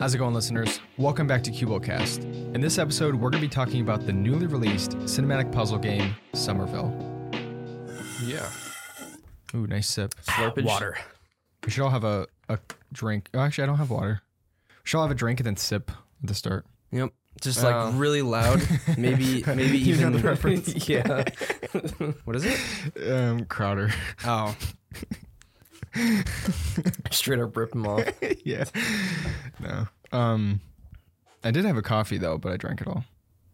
How's it going, listeners? Welcome back to CuboCast. In this episode, we're going to be talking about the newly released cinematic puzzle game, Somerville. Yeah. Ooh, nice sip. Slurpage. Water. We should all have a, a drink. Oh, actually, I don't have water. We should all have a drink and then sip at the start. Yep. Just like Oh. really loud. Maybe maybe You know even the reference. yeah. what is it? Um, Crowder. Oh. Straight up rip them off. yeah. No. Um, I did have a coffee though, but I drank it all.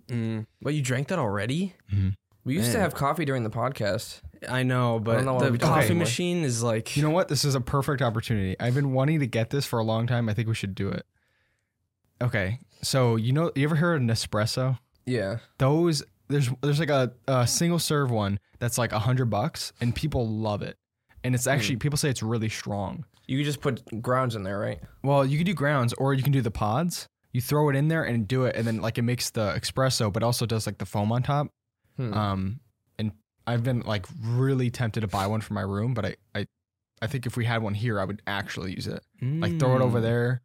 Mm. Well, you drank that already? Mhm. We used to Man. have coffee during the podcast. I know, I but don't know why the we don't coffee anymore. machine is like You know what? This is a perfect opportunity. I've been wanting to get this for a long time. I think we should do it. Okay. So you know, you ever heard of Nespresso? Yeah. Those there's there's like a, a single serve one that's like a hundred bucks, and people love it. And it's actually people say it's really strong. You could just put grounds in there, right? Well, you can do grounds, or you can do the pods. You throw it in there and do it, and then like it makes the espresso, but also does like the foam on top. Hmm. Um, and I've been like really tempted to buy one for my room, but I, I, I think if we had one here, I would actually use it. Mm. Like throw it over there,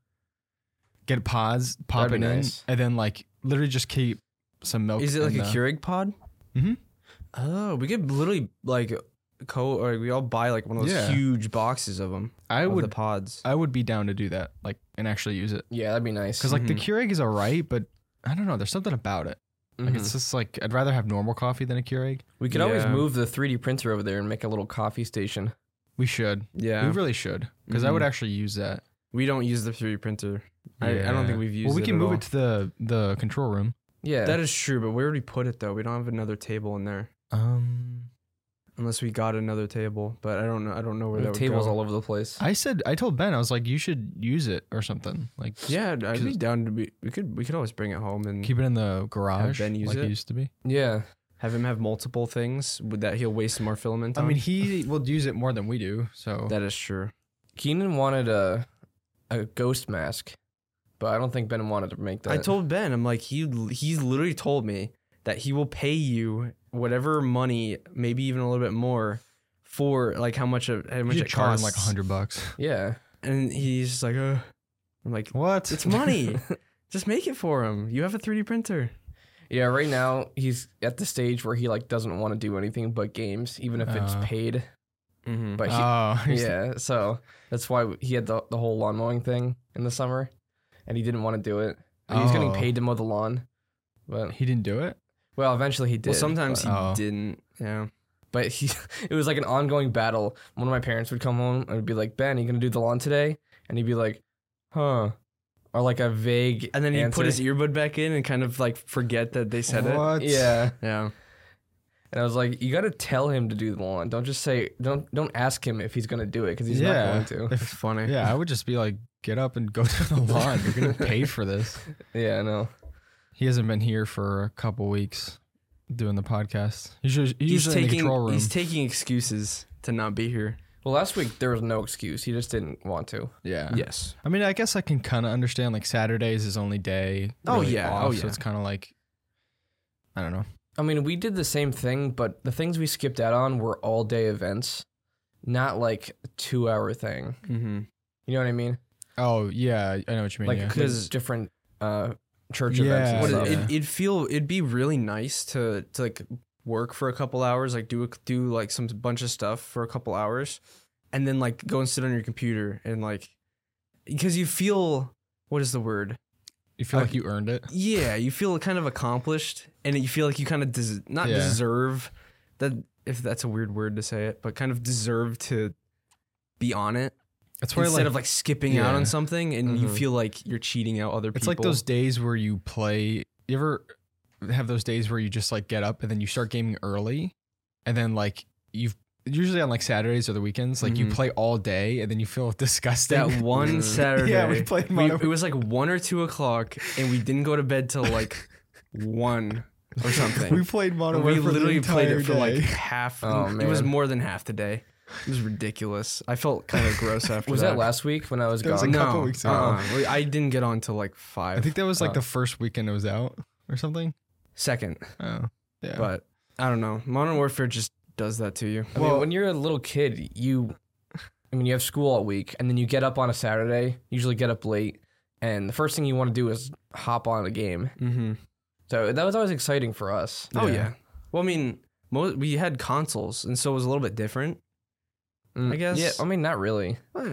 get pods, pop it Hmm. That'd in, be nice. and then like literally just keep some milk. Is it like in a the- Keurig pod? Mhm. Oh, we could literally like co or we all buy like one of those Yeah. huge boxes of them. I of would, the pods. I would be down to do that, like and actually use it. Yeah, that'd be nice. Because like the Keurig is alright, but I don't know. There's something about it. Like Mhm. it's just like I'd rather have normal coffee than a Keurig. we could always Yeah. move the 3D printer over there and make a little coffee station. We should. yeah. We We, really should. Because I would Mhm. actually use that. don't use the 3D printer. I, I don't think Yeah. we've used Well, we it can at move all. it to the the control room. Yeah. That is true, but where would we put it though? We don't have another table in there. Um, Unless we got another table, but I don't know I don't know where that would tables go. all over the place. I said I told Ben I was like you should use it or something like just Yeah, I'd- I'd be Just- down to be we could we could always bring it home and keep it in the garage Ben use like it? used to be. yeah. have him have multiple things with that he'll waste more filament I on. mean he will use it more than we do. So that is true. Keenan wanted a a ghost mask, but I don't think Ben wanted to make that. I told Ben, I'm like, he he's literally told me that he will pay you whatever money, maybe even a little bit more, for like how much of how You much should it charge costs. him, like hundred bucks. Yeah. And he's just like, uh I'm like, What? it's money. just make it for him. You have a 3D printer. Yeah, right now he's at the stage where he like doesn't want to do anything but games, even if it's Oh. Uh. paid. Mm-hmm. But he, oh yeah, so that's why he had the, the whole lawn mowing thing in the summer, and he didn't want to do it. And He was getting Oh. paid to mow the lawn, but he didn't do it. well, eventually he did. well, sometimes but, he Oh. didn't. Yeah. but he it was like an ongoing battle. One of my parents would come home and would be like, "Ben, you gonna do the lawn today?" And he'd be like, "Huh," or like a vague. And then he answer. put his earbud back in and kind of like forget that they said What? yeah. it. Yeah. And I was like, you gotta tell him to do the lawn. Don't just say don't don't ask him if he's gonna do it because he's Yeah. not going to. It's funny. Yeah, I would just be like get up and go to the lawn. You're gonna pay for this. Yeah, I know. He hasn't been here for a couple weeks doing the podcast. He's usually, he's He's usually in the control taking room. he's taking excuses to not be here. Well, last week there was no excuse. He just didn't want to. yeah. Yes. I mean, I guess I can kind of understand like Saturday is his only day. Oh, yeah. off, Oh, So yeah. it's kind of like, I don't know. I mean, we did the same thing, but the things we skipped out on were all day events, not like a two hour thing. Mm-hmm. You know what I mean? Oh yeah, I know what you mean. Like yeah. because different uh, church events. Yeah. And What So- it, stuff. it, it'd feel it'd be really nice to to like work for a couple hours, like do a, do like some bunch of stuff for a couple hours, and then like go and sit on your computer and like because you feel what is the word? you feel I- like you earned it. Yeah, you feel kind of accomplished, and you feel like you kind of des- not Yeah. deserve that if that's a weird word to say it, but kind of deserve to be on it That's why instead like of like skipping out yeah. Mm-hmm. on something, and you Mhm. feel like you're cheating out other people. it's like those days where you play. You ever have those days where you just like get up and then you start gaming early, and then like you've usually on like Saturdays or the weekends, like you Mhm. play all day and then you feel disgusting. that one Mhm. Saturday. yeah, we played We, Modern. it was like one or two o'clock, and we didn't go to bed till like one or something. we played Modern. And we Warfare the literally played it entire for day. like half. Oh, It was man. more than half the day. It was ridiculous. I felt kind of gross after was that. that last week when I was That gone? was a No, couple weeks ago. uh-uh. We- I didn't get on till like I five think that was like uh, the first weekend it was out or something. second, Oh, yeah. but I don't know. Modern Warfare just does that to you. I Well- mean, when you're a little kid, you, I mean, you have school all week, and then you get up on a Saturday. Usually, get up late, and the first thing you want to do is hop on a game. Mm-hmm. So that was always exciting for us. Oh Yeah. yeah. Well, I mean, most, we had consoles, and so it was a little bit different. Mm, I guess- Yeah, I mean, not really. Yeah.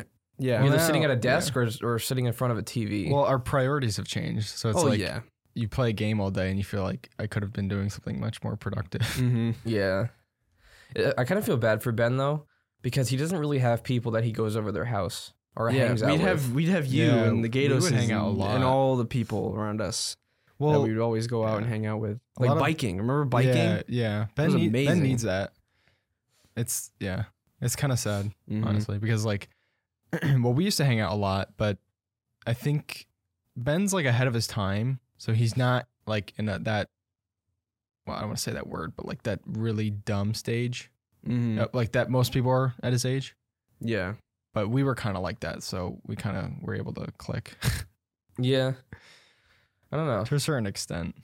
You're either Well, sitting at a yeah. desk or, or sitting in front of a TV. Well, our priorities have changed, so it's oh like yeah. you play a game all day and you feel like I could have been doing something much more productive. Mm-hmm. yeah. I- I kind of feel bad for Ben, though, because he doesn't really have people that he goes over their house or Yeah. hangs out We'd with. have we'd have you Yeah, and the we Gatos would hang out a and- lot. and all the people around us that we would always go out and hang out with, A like lot of- biking. Remember biking? Yeah, yeah. Ben, was need- ben amazing. needs that. It's yeah. It's kind of sad, Mhm. honestly, because like, well, we used to hang out a lot, but I think Ben's like ahead of his time, so he's not like in a, that. Well, I don't want to say that word, but like that really dumb stage, Mhm. uh, like that most people are at his age. Yeah. But we were kind of like that, so we kind of were able to click Yeah. I don't know. to a certain extent.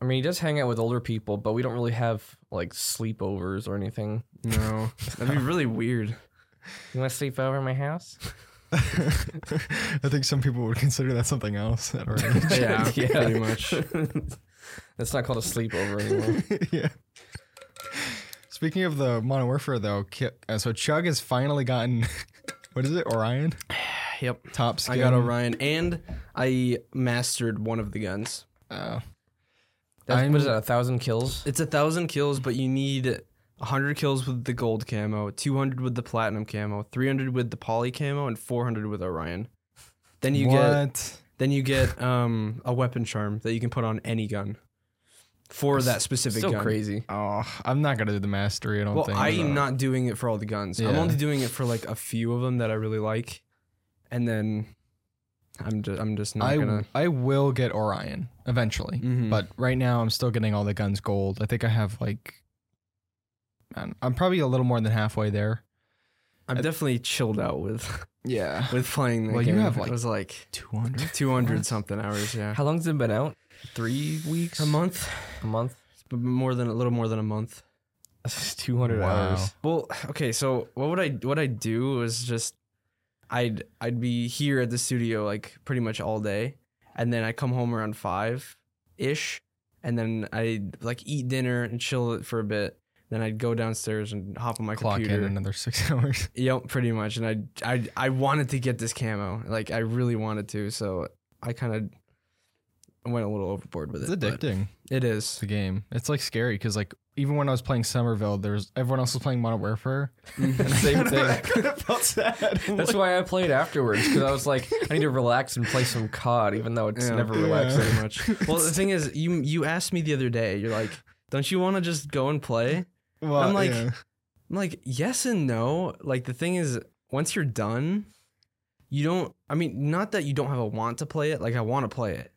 I mean, he does hang out with older people, but we don't really have like sleepovers or anything. No, that'd be really weird. You want to sleep over at my house? I think some people would consider that something else. At our Yeah, Yeah. pretty much. That's not called a sleepover anymore. yeah. Speaking of the Modern Warfare, though, Ki- uh, so Chug has finally gotten what is it, Orion? Yep. Top skin. I got Orion, and I mastered one of the guns. Uh, That's, I'm- what is uh, that? A thousand kills? It's a thousand kills, but you need hundred kills with the gold camo, two hundred with the platinum camo, three hundred with the poly camo, and four hundred with Orion. Then you get what? then you get um a weapon charm that you can put on any gun for that specific So gun. crazy. Oh, I'm not gonna do the mastery. I don't Well, think. uh, I'm not doing it for all the guns. I'm Yeah. only doing it for like a few of them that I really like, and then I'm just I'm just not I, gonna. I will get Orion eventually, Mhm. but right now I'm still getting all the guns gold. I think I have like, man, I'm probably a little more than halfway there. I'm definitely chilled out with Yeah, with playing. The Well, you game. have, it like, was like two hundred. 200 something hours. Yeah, How long's it been out? Three weeks? a month, A month? but more than a little more than a month. Two hundred Wow. hours. Well, okay, so what would I what I do was just I'd I'd be here at the studio like pretty much all day, and then I come home around five ish, and then I'd like eat dinner and chill for a bit. Then I'd go downstairs and hop on my Clock in computer. another six hours. Yep, pretty much. And I I I wanted to get this camo, like I really wanted to, so I kind of went a little overboard with It's it. but addicting. It is. the game. It's like scary because like even when I was playing Somerville, there's everyone else was playing Modern Warfare. And same thing. That's why I played afterwards because I was like, I need to relax and play some COD, even though it's Yeah. never relaxing. pretty much. Well, the thing is, you you asked me the other day. You're like, don't you want to just go and play? Well, I'm like- yeah. I'm like, yes and no. Like the thing is, once you're done, you don't. I mean, not that you don't have a want to play it. Like I want to play it,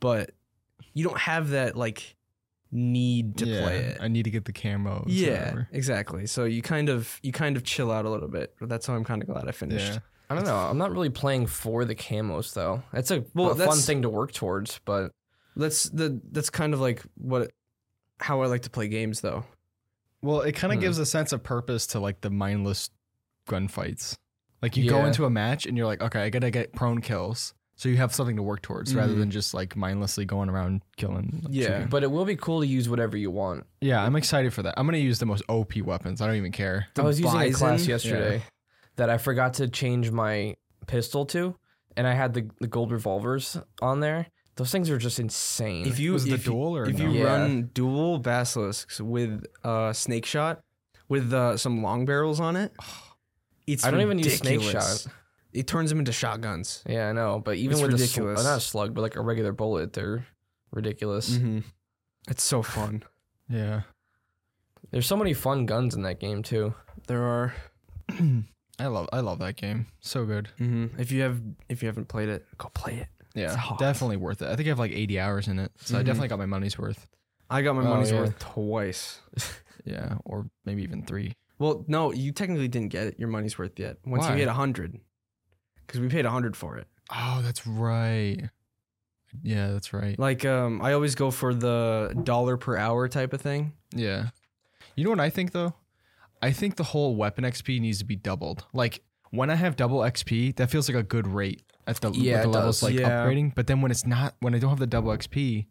but you don't have that like need to Yeah, play it. I need to get the camo. yeah, exactly. So you kind of you kind of chill out a little bit. That's how I'm kind of glad I finished. Yeah. I don't know. I'm not really playing for the camos though. That's a, Well, a fun that's- thing to work towards, but That's the that's kind of like what how I like to play games though. Well, it kind of Hmm. gives a sense of purpose to like the mindless gunfights. Like you go Yeah. into a match and you're like, okay, I gotta get prone kills. So you have something to work towards rather Mhm. than just like mindlessly going around killing. like, Yeah. shooting. but it will be cool to use whatever you want. yeah, I'm excited for that. I'm gonna use the most OP weapons. I don't even care. I was using a class Bison? yesterday that I forgot to change my pistol to, and I had the, the gold revolvers on there. Those things are just insane. If you was it the if you- duel or if no? you Yeah. run dual basilisks with uh, snake shot with uh, some long barrels on it, it's I don't even use snake ridiculous. shot. It turns them into shotguns. Yeah, I know, but even It's with a ridiculous. Mm. sl- not a slug, but like a regular bullet, they're ridiculous. It's so fun. yeah, There's so many fun guns in that game too. There are I love I love that game. So good. Mm-hmm. if you have if you haven't played it, go play it. Yeah, hard. definitely worth it. I think I have like 80 hours in it, so I Mhm. definitely got my money's worth. I got my Oh, money's yeah. worth twice. Yeah, or maybe even three. Well, no, you technically didn't get your money's worth yet. Once Why? you hit hundred, because we paid hundred for it. Oh, that's right. Yeah, that's right. Like um, I always go for the dollar per hour type of thing. Yeah. You know what I think though? I think the whole weapon XP needs to be doubled. Like when I have double XP, that feels like a good rate. at the, Yeah, with the it levels does. like Yeah. upgrading. But then when it's not, when I don't have the double XP,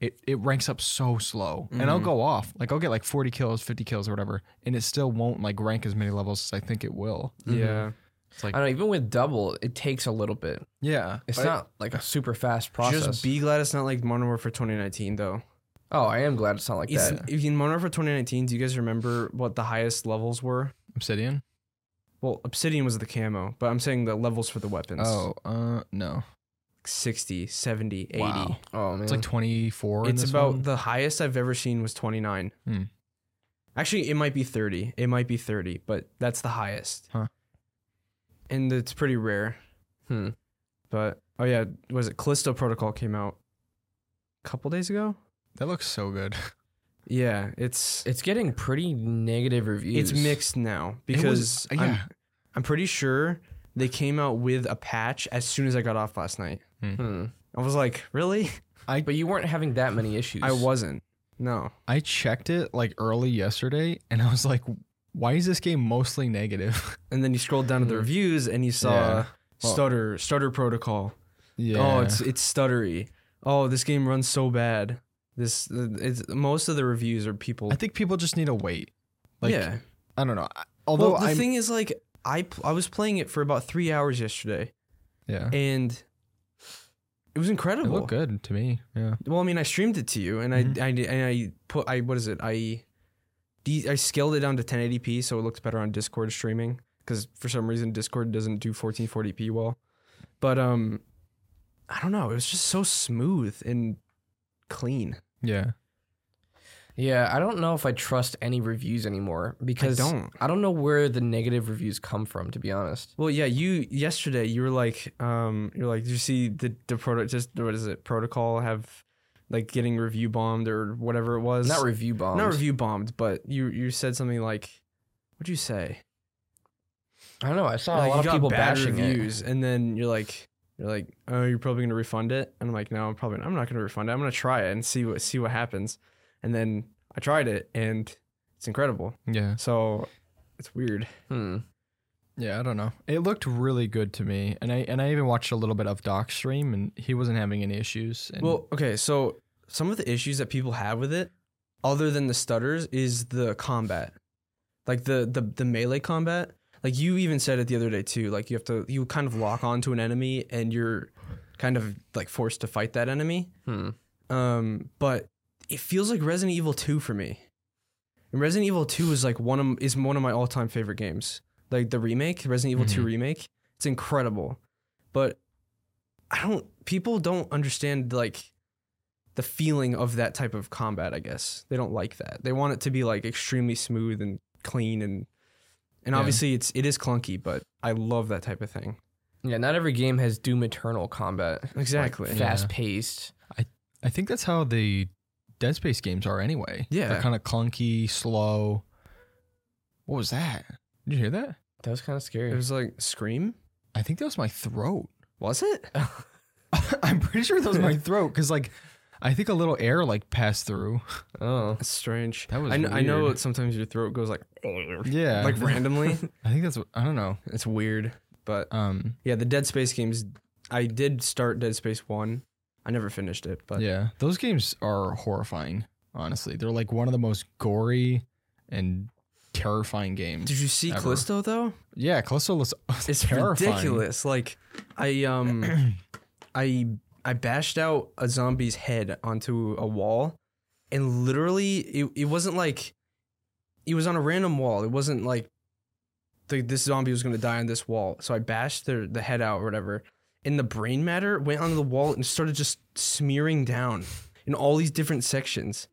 it, it ranks up so slow, and I'll Mhm. go off. Like I'll get like forty kills, fifty kills, or whatever, and it still won't like rank as many levels as I think it will. Mm-hmm. Yeah. It's like I don't know, even with double, it takes a little bit. yeah, It's I- not like a super fast process. Just be glad it's not like Modern Warfare 2019 though. oh, I am glad it's not like It's, that. if in Modern Warfare 2019, do you guys remember what the highest levels were? Obsidian. Well, Obsidian was the camo, but I'm saying the levels for the weapons. Oh, uh, no, 60, 70, 80. Wow. Oh man, it's like twenty four. It's about the highest I've ever seen was 29. Hmm. Actually, it might be 30. It might be 30, but that's the highest. Huh. And it's pretty rare. Hmm. But oh yeah, was it Callisto Protocol came out a couple days ago? that looks so good. Yeah, it's it's getting pretty negative reviews. it's mixed now It because was- uh, I'm, yeah, I'm pretty sure they came out with a patch as soon as I got off last night. Hmm. I was like, really? But you weren't having that many issues. I wasn't. No. I checked it like early yesterday, and I was like, why is this game mostly negative? And then you scrolled down to the Hmm. reviews and you saw Yeah. Well- stutter stutter protocol. yeah. Oh, it's it's stuttery. Oh, this game runs so bad. This it's most of the reviews are people. I think people just need to wait. Like, yeah. I don't know. I- Although well, the I'm, thing is, like, I pl- I was playing it for about three hours yesterday, yeah, and it was it incredible. looked good to me. Yeah, Well, I mean, I streamed it to you, and Mhm. Mm-hmm. I, I did- and I put I what is it? I de- I scaled it down to 1080p so it looks better on Discord streaming because for some reason Discord doesn't do 1440p well. But um, I don't know. It was just so smooth and clean. yeah. Yeah, I don't know if I trust any reviews anymore I because don't. I don't know where the negative reviews come from. To be honest, Well, yeah. You yesterday you were like um you're like did you see the the product just what is it protocol have like getting review bombed or whatever it was not review bombs. not review bombed but you you said something like what'd you say I don't know. I saw Like, a you lot of got people bad bashing it. reviews, and then you're like, you're like, oh, you're probably gonna refund it, and I'm like, no, I'm probably, I'm not gonna refund it. I'm gonna try it and see what see what happens, and then I tried it, and it's incredible. Yeah. So it's weird. Hmm. Yeah, I don't know. It looked really good to me. And I and I even watched a little bit of Doc's stream and he wasn't having any issues. And Well, okay, so some of the issues that people have with it, other than the stutters, is the combat, like the the the melee combat. Like you even said it the other day too. Like you have to, you kind of lock onto an enemy, and you're kind of like forced to fight that enemy. Hmm. um, but it feels like Resident Evil 2 for me. And Resident Evil 2 is like one of is one of my all time favorite games. Like the remake, Resident Evil 2 Mm-hmm. Mhm. remake, it's incredible. But I don't. People don't understand like the feeling of that type of combat. I guess they don't like that. They want it to be like extremely smooth and clean and and Yeah. obviously it's it is clunky, but I love that type of thing. Yeah, not every game has Doom Eternal combat. Exactly. Yeah. Fast paced. I think that's how the Dead Space games are anyway. They're Yeah. kind of clunky, slow. What was that? Did you hear that? That was kind of It scary. was like Scream. I think that was my throat. Was it? I'm pretty sure that was my throat because like I think a little air like passed through. Oh. That's strange. That was I, kn- I know weird. sometimes your throat goes like Yeah. like randomly. I think that's what I don't know. it's weird, but uh, Um yeah, the Dead Space games. I did start Dead Space one. I never finished it, but yeah, those games are horrifying, honestly. They're like one of the most gory and terrifying games. did you see Ever. Callisto though? Yeah, Callisto was It's terrifying. ridiculous. Like I um I I bashed out a zombie's head onto a wall and literally it, it wasn't like it was on a random wall. It wasn't like the, this zombie was gonna die on this wall. So I bashed their the head out or whatever. And the brain matter went onto the wall and started just smearing down in all these different sections.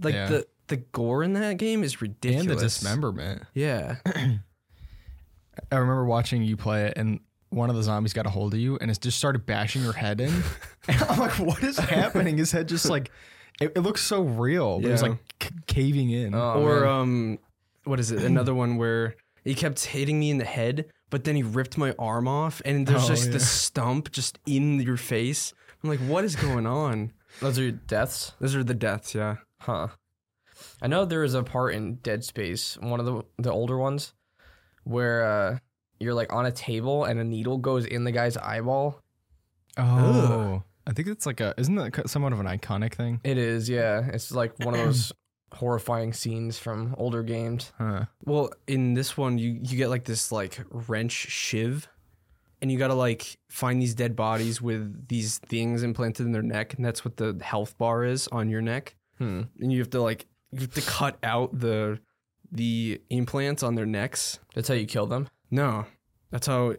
Like Yeah. the the gore in that game is ridiculous. And the dismemberment. Yeah. I remember watching you play it and one of the zombies got a hold of you and it just started bashing your head in. and I'm like, what is happening? His head just like it, it looks so real. but It was Yeah. like c- caving in. Oh, or man. um, what is it? Another one where he kept hitting me in the head, but then he ripped my arm off, and there's Oh, just yeah. the stump just in your face. I'm like, what is going on? those are deaths. Those are the deaths, yeah. Huh. I know there was a part in Dead Space, one of the the older ones, where uh, you're like on a table and a needle goes in the guy's eyeball. Oh, I think it's like a isn't that somewhat of an iconic thing? It is, yeah. It's like one of those horrifying scenes from older games. Huh. Well, in this one, you you get like this like wrench shiv, and you gotta like find these dead bodies with these things implanted in their neck, and that's what the health bar is on your neck, Hmm. and you have to like you have to cut out the the implants on their necks. That's how you kill them, No, that's how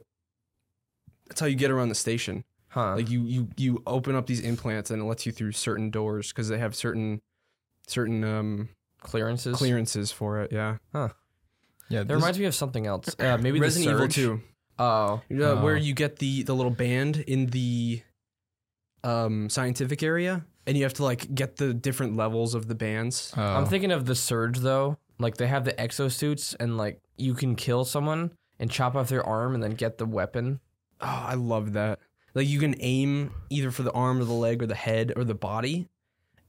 that's how you get around the station. huh? Like you you you open up these implants, and it lets you through certain doors because they have certain certain um clearances. clearances for it. Yeah, Yeah, That this, reminds me of something else. Uh, maybe the Resident Evil Surge? Two. Oh, You know, Oh. where you get the the little band in the um scientific area and you have to like get the different levels of the bands oh. I'm thinking of the Surge though. Like they have the exosuits, and like you can kill someone and chop off their arm, and then get the weapon. oh i love that like you can aim either for the arm or the leg or the head or the body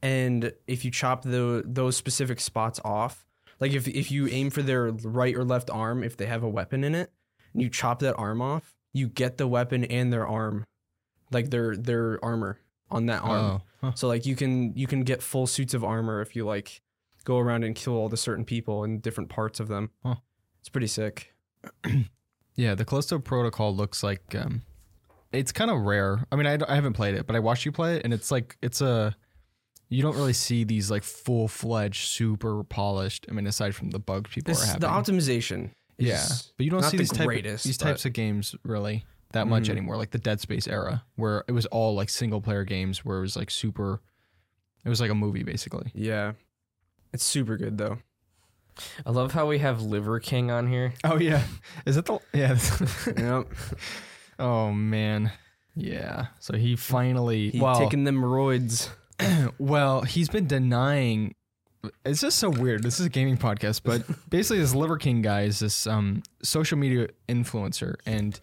and if you chop the those specific spots off like if if you aim for their right or left arm if they have a weapon in it and you chop that arm off you get the weapon and their arm like their their armor on that arm Oh. Huh. So like you can you can get full suits of armor if you like go around and kill all the certain people in different parts of them. Huh. It's pretty sick. Yeah, the Callisto Protocol looks like um, it's kind of rare. I mean, I, I haven't played it, but I watched you play it, and it's like it's a you don't really see these like full fledged, super polished. I mean, aside from the bugs people This, are the having, optimization. Is yeah, but you don't not see the these type greatest, these but- types of games really that much anymore. Like the Dead Space era, where it was all like single player games, where it was like super. It was like a movie, basically. Yeah. It's super good though. I love how we have Liver King on here. Oh yeah, is that the yeah? yep. oh man, yeah. So he finally He well, taking them roids. Well, he's been denying. It's just so weird. This is a gaming podcast, but basically, this Liver King guy is this um, social media influencer, and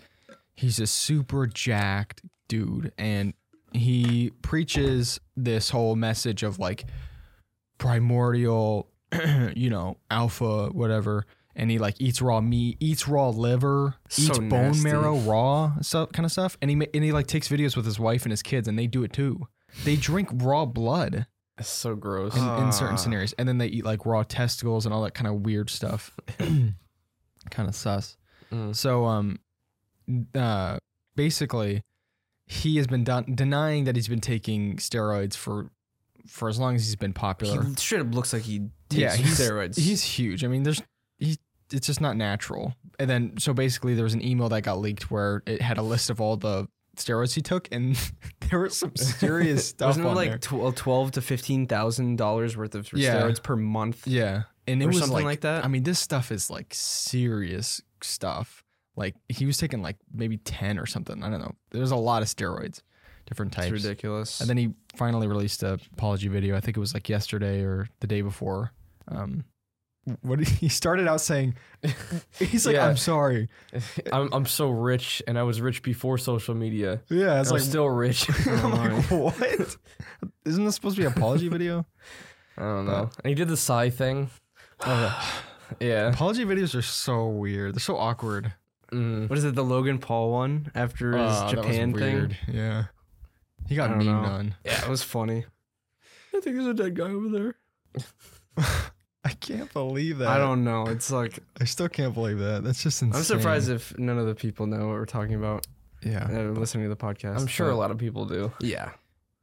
he's a super jacked dude, and he preaches this whole message of like primordial, you know, alpha, whatever. And he like eats raw meat, eats raw liver, So eats bone nasty. marrow raw stuff, kind of stuff. And he ma- and he like takes videos with his wife and his kids, and they do it too. They drink raw blood That's so gross. in, in Ah. certain scenarios, and then they eat like raw testicles and all that kind of weird stuff. kind of sus. Mm. So, um, uh, basically, he has been don- denying that he's been taking steroids for for as long as he's been He popular. straight up looks like he takes Yeah, he's- steroids. He's huge. I mean, there's he. It's just not natural. And then so basically, there was an email that got leaked where it had a list of all the steroids he took, and there was some serious stuff. wasn't it on like there. tw- uh, twelve to fifteen thousand dollars worth of Yeah. steroids per month? Yeah, and it Or was something like that? I mean, this stuff is like serious stuff. Like he was taking like maybe ten or something. I don't know. There's a lot of steroids, different It's types. ridiculous. And then he finally released a apology video. I think it was like yesterday or the day before. Um, what he- he started out saying, he's like, Yeah. "I'm sorry." I'm I'm so rich, and I was rich before social media. Yeah, it's I'm like, still rich. I'm like, what? Isn't this supposed to be an apology video? I don't know. And he did the sigh thing. Uh, yeah. apology videos are so weird. They're so awkward. Mm. what is it, the Logan Paul one after his Uh, that was Japan thing? weird. Yeah, he got I don't memed know. on. Yeah, it was funny. I think there's a dead guy over there. I can't believe that. I don't know. It's like I still can't believe that. That's just insane. I'm surprised if none of the people know what we're talking about Yeah. uh, listening to the podcast. I'm sure a but- lot of people do. Yeah,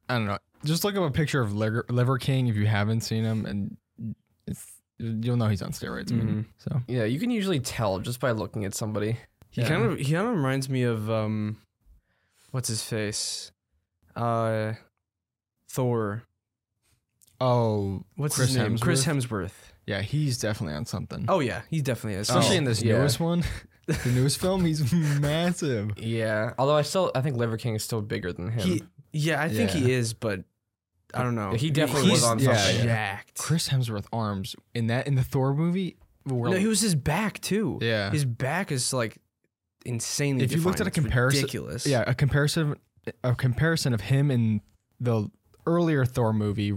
I don't know. Just look up a picture of Liver, Liver King if you haven't seen him, and it's you'll know he's on steroids. I Mm-hmm. mean, So Yeah, you can usually tell just by looking at somebody. he Yeah. kind of he kind of reminds me of um, what's his face, uh, Thor. oh What's Chris his name? Chris Hemsworth? Hemsworth. yeah, he's definitely on something. Oh yeah, he definitely is. Especially Oh, in this yeah. newest one, the newest film, he's massive. Yeah. Although I still I think Liver King is still bigger than him. he. Yeah, I think Yeah. he is, but I don't know. He definitely He's was on yeah, something. yeah. jacked. Chris Hemsworth arms in that in the Thor movie. were No, he was his back too. yeah, His back is like insanely. If you looked defined. at a It's comparison- ridiculous. Yeah, a comparison a comparison of him in the earlier Thor movie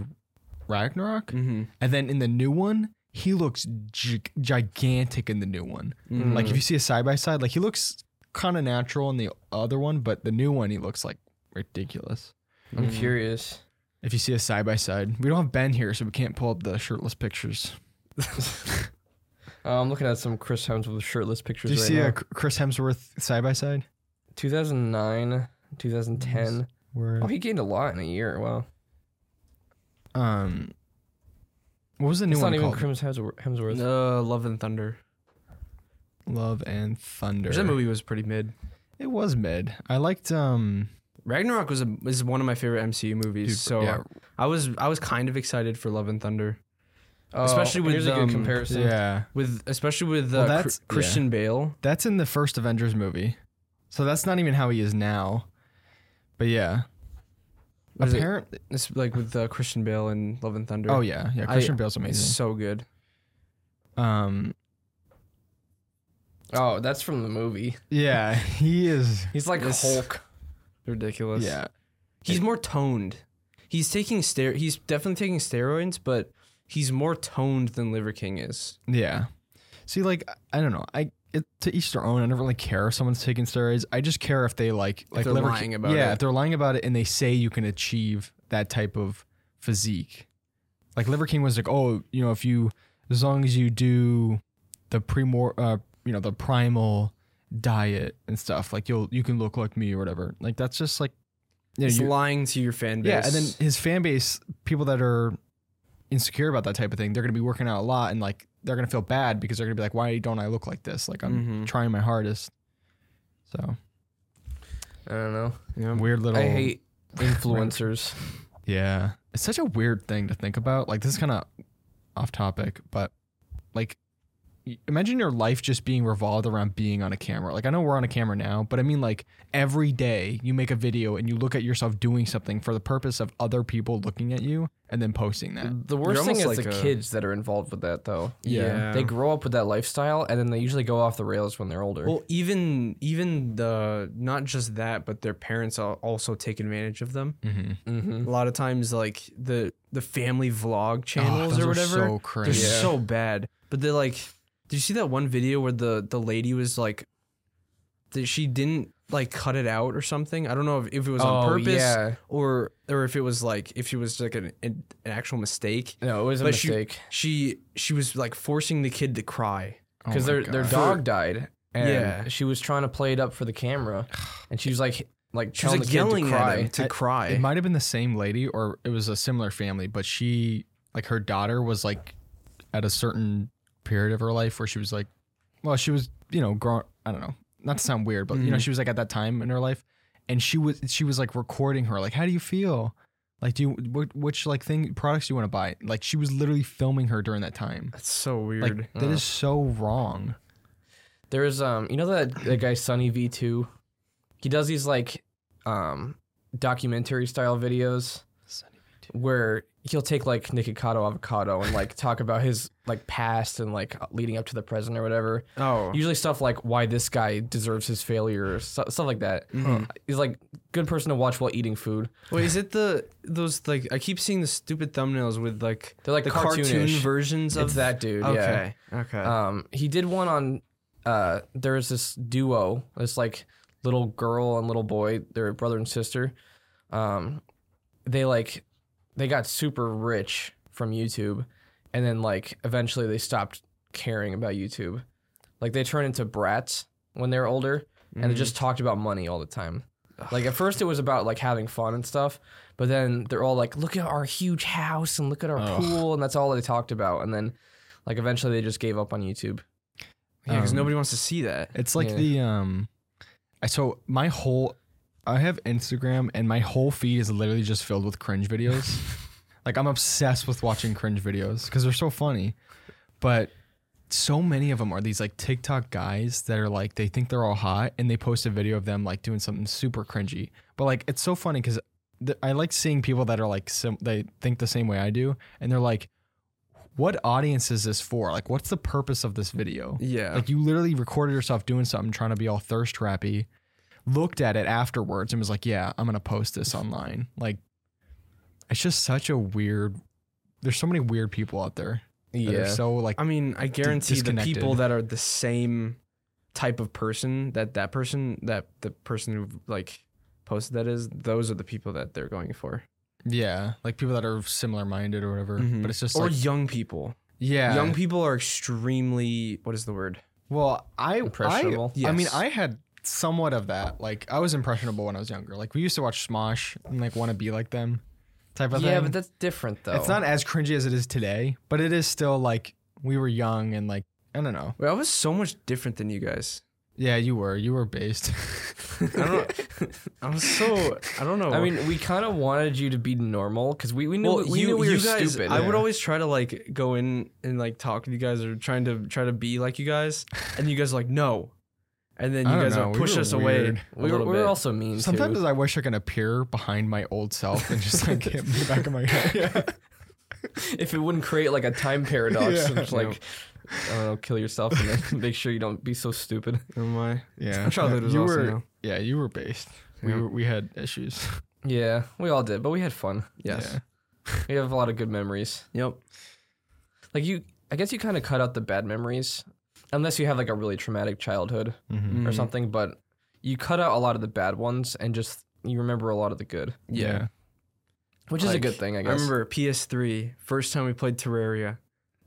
Ragnarok Mm-hmm. and then in the new one he looks gi- gigantic in the new one. Mm. Like if you see a side by side, like he looks kind of natural in the other one, but the new one he looks like ridiculous. I'm mm. curious. If you see a side by side, we don't have Ben here, so we can't pull up the shirtless pictures. Uh, I'm looking at some Chris Hemsworth shirtless pictures Did you right see now. a C- Chris Hemsworth side by side? 2009, 2010. Where Oh, he gained a lot in a year. Wow. um, what was the new It's one not even called? Chris Hemswor- Hemsworth. Uh, Love and Thunder. Love and Thunder. That movie was pretty mid. It was mid. I liked um. Ragnarok was a, is one of my favorite MCU movies. dude, so yeah, I was I was kind of excited for Love and Thunder Oh, especially with, here's a um, good comparison. yeah, with especially with uh, Well, Chr- that's- yeah. Christian Bale. that's in the first Avengers movie, so that's not even how he is now. But yeah, What is it? apparently. It's like with uh, Christian Bale and Love and Thunder. Oh yeah, yeah. I- Christian Bale's it's amazing. so good. Um, Oh, that's from the movie. yeah, he is. He's like This- Hulk. Ridiculous. Yeah, He's more toned. He's taking stero- He's definitely taking steroids, but he's more toned than Liver King is. Yeah. See, like I- I don't know. I it, to each their own. I never really care if someone's taking steroids. I just care if they like like they're liver- lying about Yeah, it. if they're lying about it and they say you can achieve that type of physique. Like Liver King was like, oh, you know, if you as long as you do the premor uh you know the primal diet and stuff, like you'll you can look like me or whatever. Like that's just like you know, he's you- lying to your fan base. yeah, and then his fan base, people that are insecure about that type of thing, they're gonna be working out a lot and like they're gonna feel bad because they're gonna be like, why don't I look like this? Like I'm Mm-hmm. Mhm. trying my hardest. So I don't know. Yeah. weird little. Um, I hate influencers. Yeah, it's such a weird thing to think about. Like this is kind of off topic, but like y- imagine your life just being revolved around being on a camera. Like I know we're on a camera now, but I mean like every day you make a video and you look at yourself doing something for the purpose of other people looking at you and then posting that. the worst You're thing is almost the like a- kids that are involved with that, though. Yeah. They grow up with that lifestyle, and then they usually go off the rails when they're older. Well, even even the not just that, but their parents al- also take advantage of them. Mm-hmm. mm-hmm. A lot of times, like the the family vlog Oh, channels those or are whatever, so they're cringe. Yeah. so bad. But they're like, did you see that one video where the the lady was like, that she didn't like cut it out or something? I don't know if, if it was on Oh, purpose yeah. or or if it was like if she was like an an, an actual mistake. No, it was a But she- mistake She she was like forcing the kid to cry. Oh because their their dog. dog died, and Yeah. she was trying to play it up for the camera, and she was like, like She was telling like the kid yelling to at him cry. to I- cry. It might have been the same lady, or it was a similar family, but she, like, her daughter was like at a certain period of her life where she was like, well, she was, you know, growing. I don't know, not to sound weird, but you know, Mhm. she was like at that time in her life, and she was she was like recording her, like, how do you feel? Like, do you what, which like thing products do you want to buy? Like, she was literally filming her during that time. That's so weird. Like, that is so wrong. There is um, you know that that guy Sunny V two, he does these like, um, documentary style videos. where he'll take like Nikocado Avocado and like talk about his like past and like leading up to the present or whatever. oh, Usually stuff like why this guy deserves his failure or stu- stuff like that. Mm-hmm. He's like good person to watch while eating food. Wait, is it the those like I keep seeing the stupid thumbnails with like They're like the cartoon cartoonish. versions of It's that dude. Yeah. Okay, okay. Um, he did one on. Uh, there was this duo, this like little girl and little boy. They're brother and sister. Um, they like, they got super rich from YouTube, and then like eventually they stopped caring about YouTube. Like they turned into brats when they were older, and Mm-hmm. they just talked about money all the time. Like at first it was about like having fun and stuff, but then they're all like, "Look at our huge house and look at our Ugh. pool," and that's all they talked about. And then like eventually they just gave up on YouTube. yeah, because um, nobody wants to see that. It's like Yeah. the um I so my whole I have Instagram and my whole feed is literally just filled with cringe videos. like I'm obsessed with watching cringe videos cuz they're so funny. But so many of them are these like TikTok guys that are like they think they're all hot and they post a video of them like doing something super cringy. But like it's so funny cuz th- I like seeing people that are like sim- they think the same way I do and they're like what audience is this for? Like what's the purpose of this video? Yeah, Like you literally recorded yourself doing something, trying to be all thirst trappy, looked at it afterwards and was like, yeah, I'm going to post this online. Like, it's just such a weird, there's so many weird people out there. that are Yeah. so like I mean, I guarantee the disconnected. people that are the same type of person that that person that the person who like posted that is, those are the people that they're going for, yeah, like people that are similar minded or whatever. Mhm. But it's just or like young people. yeah, Young people are extremely what is the word? Well, I Impressionable. I, I mean, Yes. I had somewhat of that. Like I was impressionable when I was younger. Like we used to watch Smosh and like want to be like them type of yeah, thing. but that's different though. it's not as cringy as it is today, but it is still like we were young and like I don't know. Wait, I was so much different than you guys. Yeah, you were. You were based. I don't. I'm so. I don't know. I mean, we kind of wanted you to be normal because we, we knew well, we you, knew we you were guys. stupid. I would always try to like go in and like talk to you guys or trying to try to be like you guys, and you guys are like no, and then I you don't guys know, like we push were us weird. away. a we were, little we were bit. also mean Sometimes too. I wish I could appear behind my old self and just like hit me back in my head. Yeah. if it wouldn't create like a time paradox, Yeah. and just like I don't know, kill yourself and then make sure you don't be so stupid. Oh my. Yeah, Our childhood was you awesome, were. though. Yeah, you were based. We Yeah. were, we had issues. Yeah, we all did, but we had fun. Yes. We have a lot of good memories. Yep. Like you, I guess you kind of cut out the bad memories, unless you have like a really traumatic childhood Yeah. Mm-hmm. Mhm. or something. But you cut out a lot of the bad ones and just you remember a lot of the good, Yeah. yeah. which is a Like, good thing, I guess. I remember PS3 first time we played Terraria.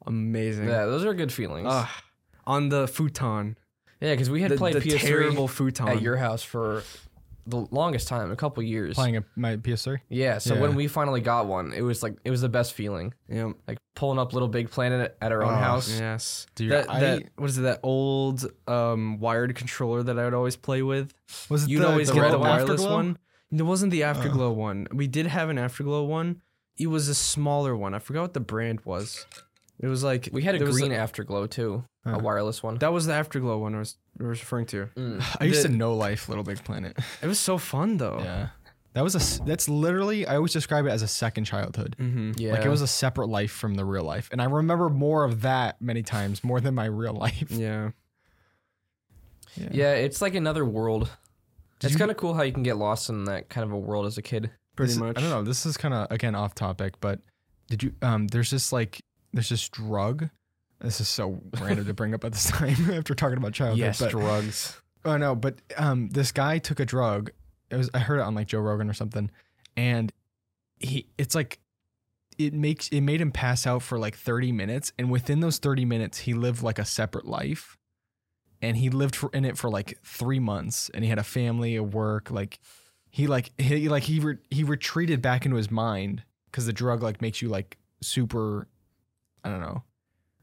Amazing. Yeah, those are good feelings. Ugh. on the futon. yeah, because we had The, played the PS3 terrible futon. at your house for the longest time, a couple years. Playing a, my PS3. Yeah, so Yeah. when we finally got one, it was like it was the best feeling. yep. Like pulling up Little Big Planet at our own Oh, house. Yes. Dude, that, I- that what is it? That old um, wired controller that I would always play with. Was it You'd the, always the get red the wireless Afterglow? one. It wasn't the Afterglow one. We did have an Afterglow one. It was a smaller one. I forgot what the brand was. It was like We had a there was green afterglow too, a Huh. wireless one. that was the Afterglow one I was, I was referring to. Mm. I used The- to know life, Little Big Planet. It was so fun though. Yeah, that was a. s- That's literally. I always describe it as a second childhood. Mm-hmm. yeah, Like it was a separate life from the real life, and I remember more of that many times more than my real life. Yeah. Yeah, it's like another world. Did it's you- kind of cool how you can get lost in that kind of a world as a kid. Pretty This- much. I don't know. This is kind of again off topic, but did you? Um, there's this like there's this drug. This is so random to bring up at this time after talking about childhood. but, drugs. Oh no, but um, this guy took a drug. It was I heard it on like Joe Rogan or something, and he it's like it makes it made him pass out for like thirty minutes, and within those thirty minutes, he lived like a separate life, and he lived for, in it for like three months, and he had a family, a work, like he like he like he re, he retreated back into his mind because the drug like makes you like super, I don't know,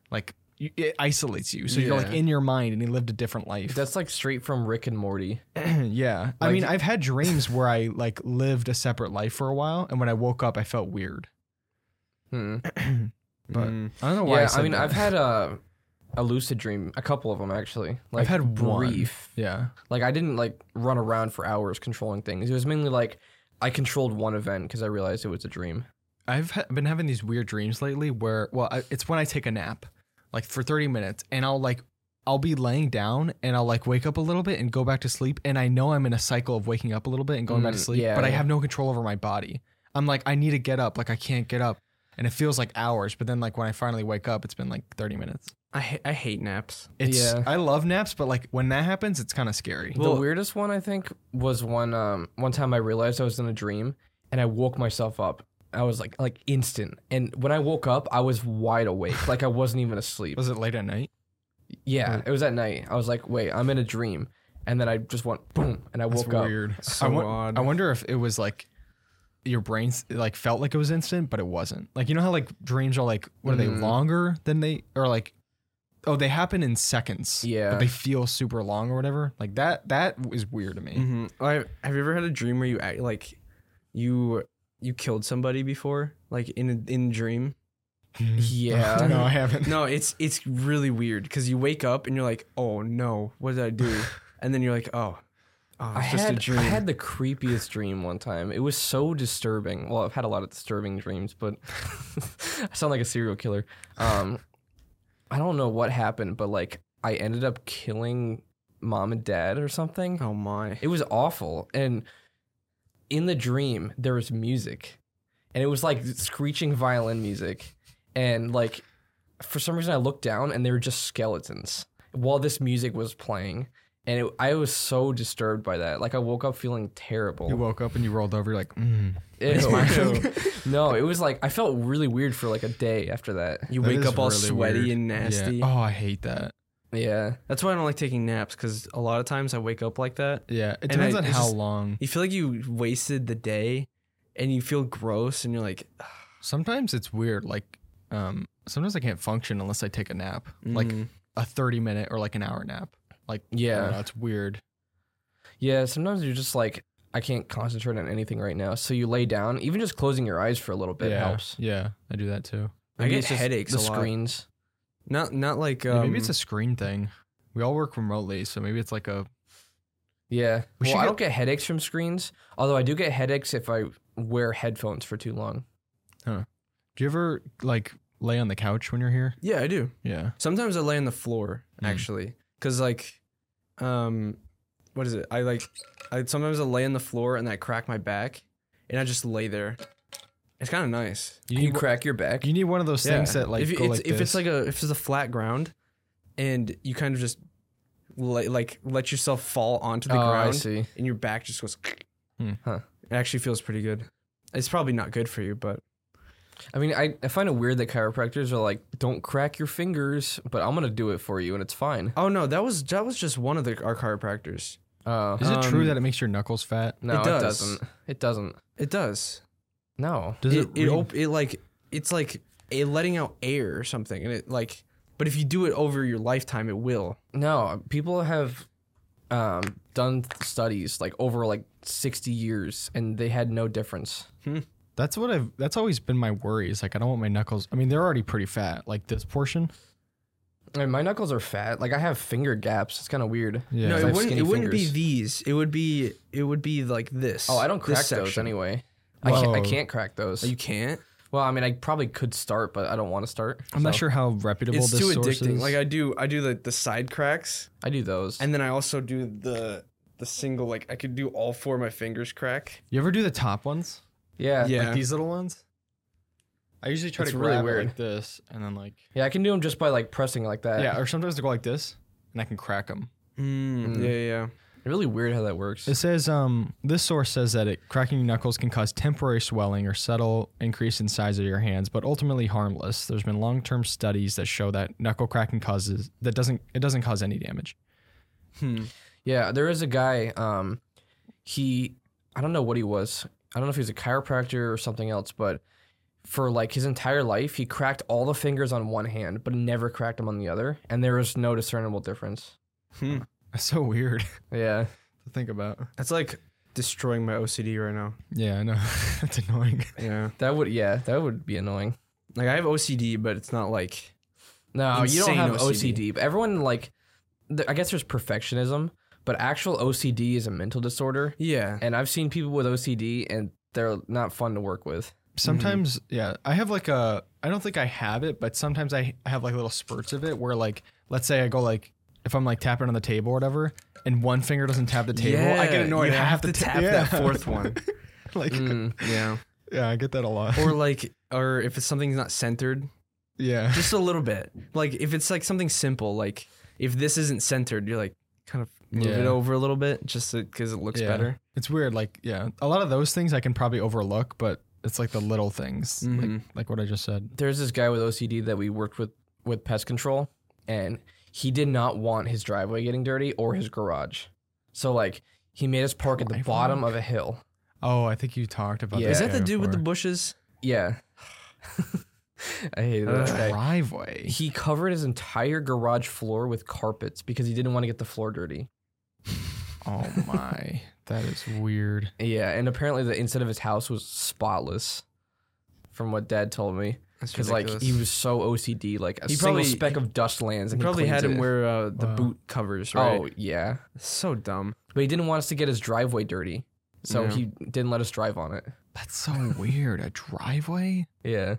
like. you- It isolates you, so you're like Yeah. in your mind, and he lived a different life. That's like straight from Rick and Morty. yeah. I Like- mean, I've had dreams where I like lived a separate life for a while, and when I woke up, I felt weird. Hmm. But Mm. I don't know why. Yeah, I, I, mean, I've had had a a lucid dream, a couple of them actually. Like I've had one. brief. yeah, Like I didn't like run around for hours controlling things. It was mainly like I controlled one event because I realized it was a dream. I've ha- been having these weird dreams lately where, well, I, it's when I take a nap, like for thirty minutes, and I'll like. I'll be laying down and I'll like wake up a little bit and go back to sleep. And I know I'm in a cycle of waking up a little bit and going back to Mm, sleep, yeah, but I yeah. have no control over my body. I'm like, I need to get up. Like, I can't get up. And it feels like hours. But then, like, when I finally wake up, it's been like 30 minutes. I ha- I hate naps. It's Yeah. I love naps, but like when that happens, it's kind of scary. Well- the weirdest one I think was one um one time I realized I was in a dream and I woke myself up. I was like like instant. And when I woke up, I was wide awake. Like I wasn't even asleep. Was it late at night? Yeah, Mm-hmm. it was at night. I was like, wait, I'm in a dream. And then I just went boom and I That's woke up. weird. So I, won- odd. I wonder if it was like your brain s- like felt like it was instant, but it wasn't. Like you know how like dreams are like what are they Mm-hmm. Mm. longer than they or like oh they happen in seconds. Yeah. but they feel super long or whatever. Like that that is weird to me. hmm I, have you ever had a dream where you act like you you killed somebody before, like in a, in a dream? Yeah. no, I haven't. Mm-hmm. No, it's it's really weird because you wake up and you're like, oh no, what did I do? and then you're like, oh, oh I it's just had, a dream. I had the creepiest dream one time. It was so disturbing. Well, I've had a lot of disturbing dreams, but I sound like a serial killer. Um, I don't know what happened, but like I ended up killing mom and dad or something. oh my. It was awful. And in the dream, there was music, and it was like screeching violin music, and like for some reason I looked down and they were just skeletons while this music was playing. And it, I was so disturbed by that. Like I woke up feeling terrible. You woke up and you rolled over. You're like, mm. Ew. my no, it was like I felt really weird for like a day after that. You That wake is up all really sweaty weird. and Yeah. nasty. Oh, I hate that. Yeah. That's why I don't like taking naps because a lot of times I wake up like that. Yeah, it And depends I- on it's how just- long. You feel like you wasted the day, and you feel gross, and you're like, Sometimes it's weird. Like, um, sometimes I can't function unless I take a nap, like mm. a thirty minute or like an hour nap. Like, I don't Yeah. know, it's weird. Yeah, sometimes you're just like I can't concentrate on anything right now. So you lay down, even just closing your eyes for a little bit yeah, helps. Yeah, I do that too. I Maybe get it's just headaches The a lot. screens. not not like Yeah, um, maybe it's a screen thing. We all work remotely, so maybe it's like a Yeah. We well, should I get- don't get headaches from screens, although I do get headaches if I wear headphones for too long. Do you ever like lay on the couch when you're here? yeah, I do. Yeah. Sometimes I lay on the floor Mm. actually, because like, um, what is it? I like, I sometimes I lay on the floor and I crack my back, and I just lay there. It's kind of nice. You Can you need, crack your back? you need one of those things that like if you- go it's, like if it's this. like a if it's a flat ground, and you kind of just lay, like let yourself fall onto the oh, I ground, see. and your back just goes. Hmm. Huh. It actually feels pretty good. It's probably not good for you, but I mean, I, I find it weird that chiropractors are like, don't crack your fingers, but I'm going to do it for you and it's fine. oh no, that was that was just one of the our chiropractors. Uh, Is it true um, that it makes your knuckles fat? no, it it, does. doesn't. It doesn't. It does. No. Does it it, it, op- it like it's like a letting out air or something, and it like. But if you do it over your lifetime, it will. No. People have um, done studies like over like 60 years and they had no difference. That's what I've. That's always been my worry. Is like I don't want my knuckles. I mean, they're already pretty fat. Like this portion. And my knuckles are fat. Like I have finger gaps. It's kind of weird. Yeah. No, I it have wouldn't. skinny It wouldn't be fingers. these. It would be. It would be like this. Oh, I don't this crack those section. anyway. I can't, I Whoa. can't crack those. Oh, You can't. well, I mean, I probably could start, but I don't want to start. I'm not so sure how reputable It's this too source addicting. is. Like I do. I do the the side cracks, I do those. and then I also do the the single. Like I could do all four of my fingers crack. you ever do the top ones? yeah. Yeah. Like these little ones. I usually try It's to really grab it weird. like this, and then like Yeah, I can do them just by like pressing like that. yeah, or sometimes they go like this, and I can crack them. Mm, Mm. Yeah, yeah. Really weird how that works. It says um this source says that it cracking your knuckles can cause temporary swelling or subtle increase in size of your hands, but ultimately harmless. There's been long term studies that show that knuckle cracking causes that doesn't it doesn't cause any damage. Hmm. yeah, there is a guy. Um, he, I don't know what he was. I don't know if he was a chiropractor or something else, but for like his entire life, he cracked all the fingers on one hand, but never cracked them on the other, and there was no discernible difference. Hmm. That's so weird Yeah. to think about. That's like destroying my OCD right now. Yeah, I know. That's annoying. Yeah. That would yeah, that would be annoying. Like I have OCD, but it's not like No, you Insane don't have OCD. OCD. but everyone like, th- I guess there's perfectionism, but actual OCD is a mental disorder, yeah. and I've seen people with OCD and they're not fun to work with. Mm-hmm. Sometimes, yeah, I have like a I don't think I have it, but sometimes I I have like little spurts of it where like let's say I go like if I'm like tapping on the table or whatever, and one finger doesn't tap the table, I get Yeah, annoyed. You I have to ta- tap yeah. that fourth one. like Mm. yeah. yeah, I get that a lot. Or like, or if it's something's not centered, yeah. just a little bit. Like if it's like something simple, like if this isn't centered, you're like kind of move it Yeah. over a little bit just because it looks Yeah. better. It's weird. Like, yeah, a lot of those things I can probably overlook, but it's like the little things, like, Mhm. like what I just said. there's this guy with OCD that we worked with with pest control, and he did not want his driveway getting dirty or his garage. So like he made us park at the Driveway? bottom of a hill. Oh, I think you talked about. Yeah. this Is that guy the dude with the before. bushes? Yeah, I hated that Ugh. guy. driveway? He covered his entire garage floor with carpets because he didn't want to get the floor dirty. Oh my, that is weird. Yeah, and apparently the inside of his house was spotless, from what Dad told me. Because like he was so OCD, like a He single probably- speck of dust lands, and he probably had cleans him it. wear uh, the Wow. boot covers, right? Oh yeah, so dumb. but he didn't want us to get his driveway dirty, so Yeah. he didn't let us drive on it. That's so weird. A driveway. Yeah,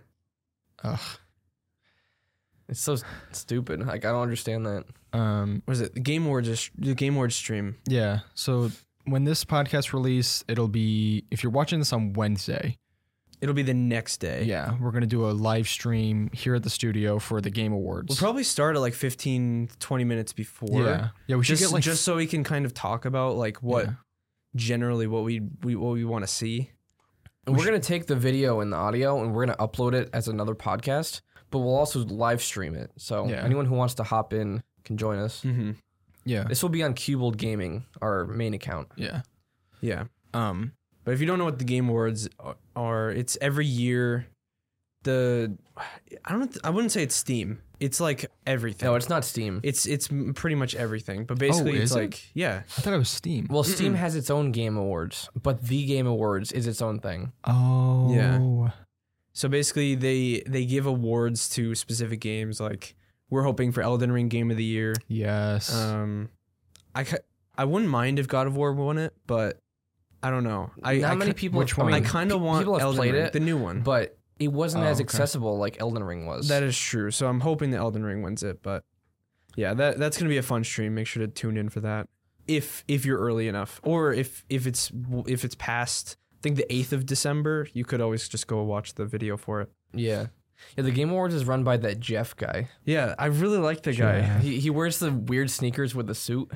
Ugh. it's so stupid. Like I don't understand that. Um. What is it? The Game Awards, the Game Awards stream. Yeah. So when this podcast release, it'll be if you're watching this on Wednesday, It'll be the next day. Yeah, we're gonna do a live stream here at the studio for the game awards. We'll probably start at like 15, 20 minutes before. yeah, yeah. We should Just, get like just so we can kind of talk about like what Yeah. generally what we, we what we want to see. And we're gonna take the video and the audio and we're gonna upload it as another podcast, but we'll also live stream it. So Yeah. anyone who wants to hop in can join us. Mm-hmm. yeah, This will be on Cubold Gaming, our main account. yeah. Yeah. Um, But if you don't know what the Game Awards a- are, it's every year. The I don't I wouldn't say it's Steam. It's like everything. No, it's not Steam. it's it's m- pretty much everything. But Oh, basically, is it's it? like yeah, I thought it was Steam. Well, Steam has its own game awards, but the game awards is its own thing. oh, Yeah. So basically, they they give awards to specific games. Like we're hoping for Elden Ring Game of the Year. Yes. Um, I ca- I wouldn't mind if God of War won it, but I don't know. I Not I many ki- people. which I one? I mean, kind of pe- want people have Elden played Ring, it, the new one. but it wasn't Oh, as okay. accessible like Elden Ring was. that is true. So I'm hoping that Elden Ring wins it. But yeah, that that's gonna be a fun stream. Make sure to tune in for that. If if you're early enough, or if if it's if it's past, I think the eighth of December, you could always just go watch the video for it. yeah, yeah. The game awards is run by that Jeff guy. Yeah, I really like the guy. Yeah. He he wears the weird sneakers with the suit.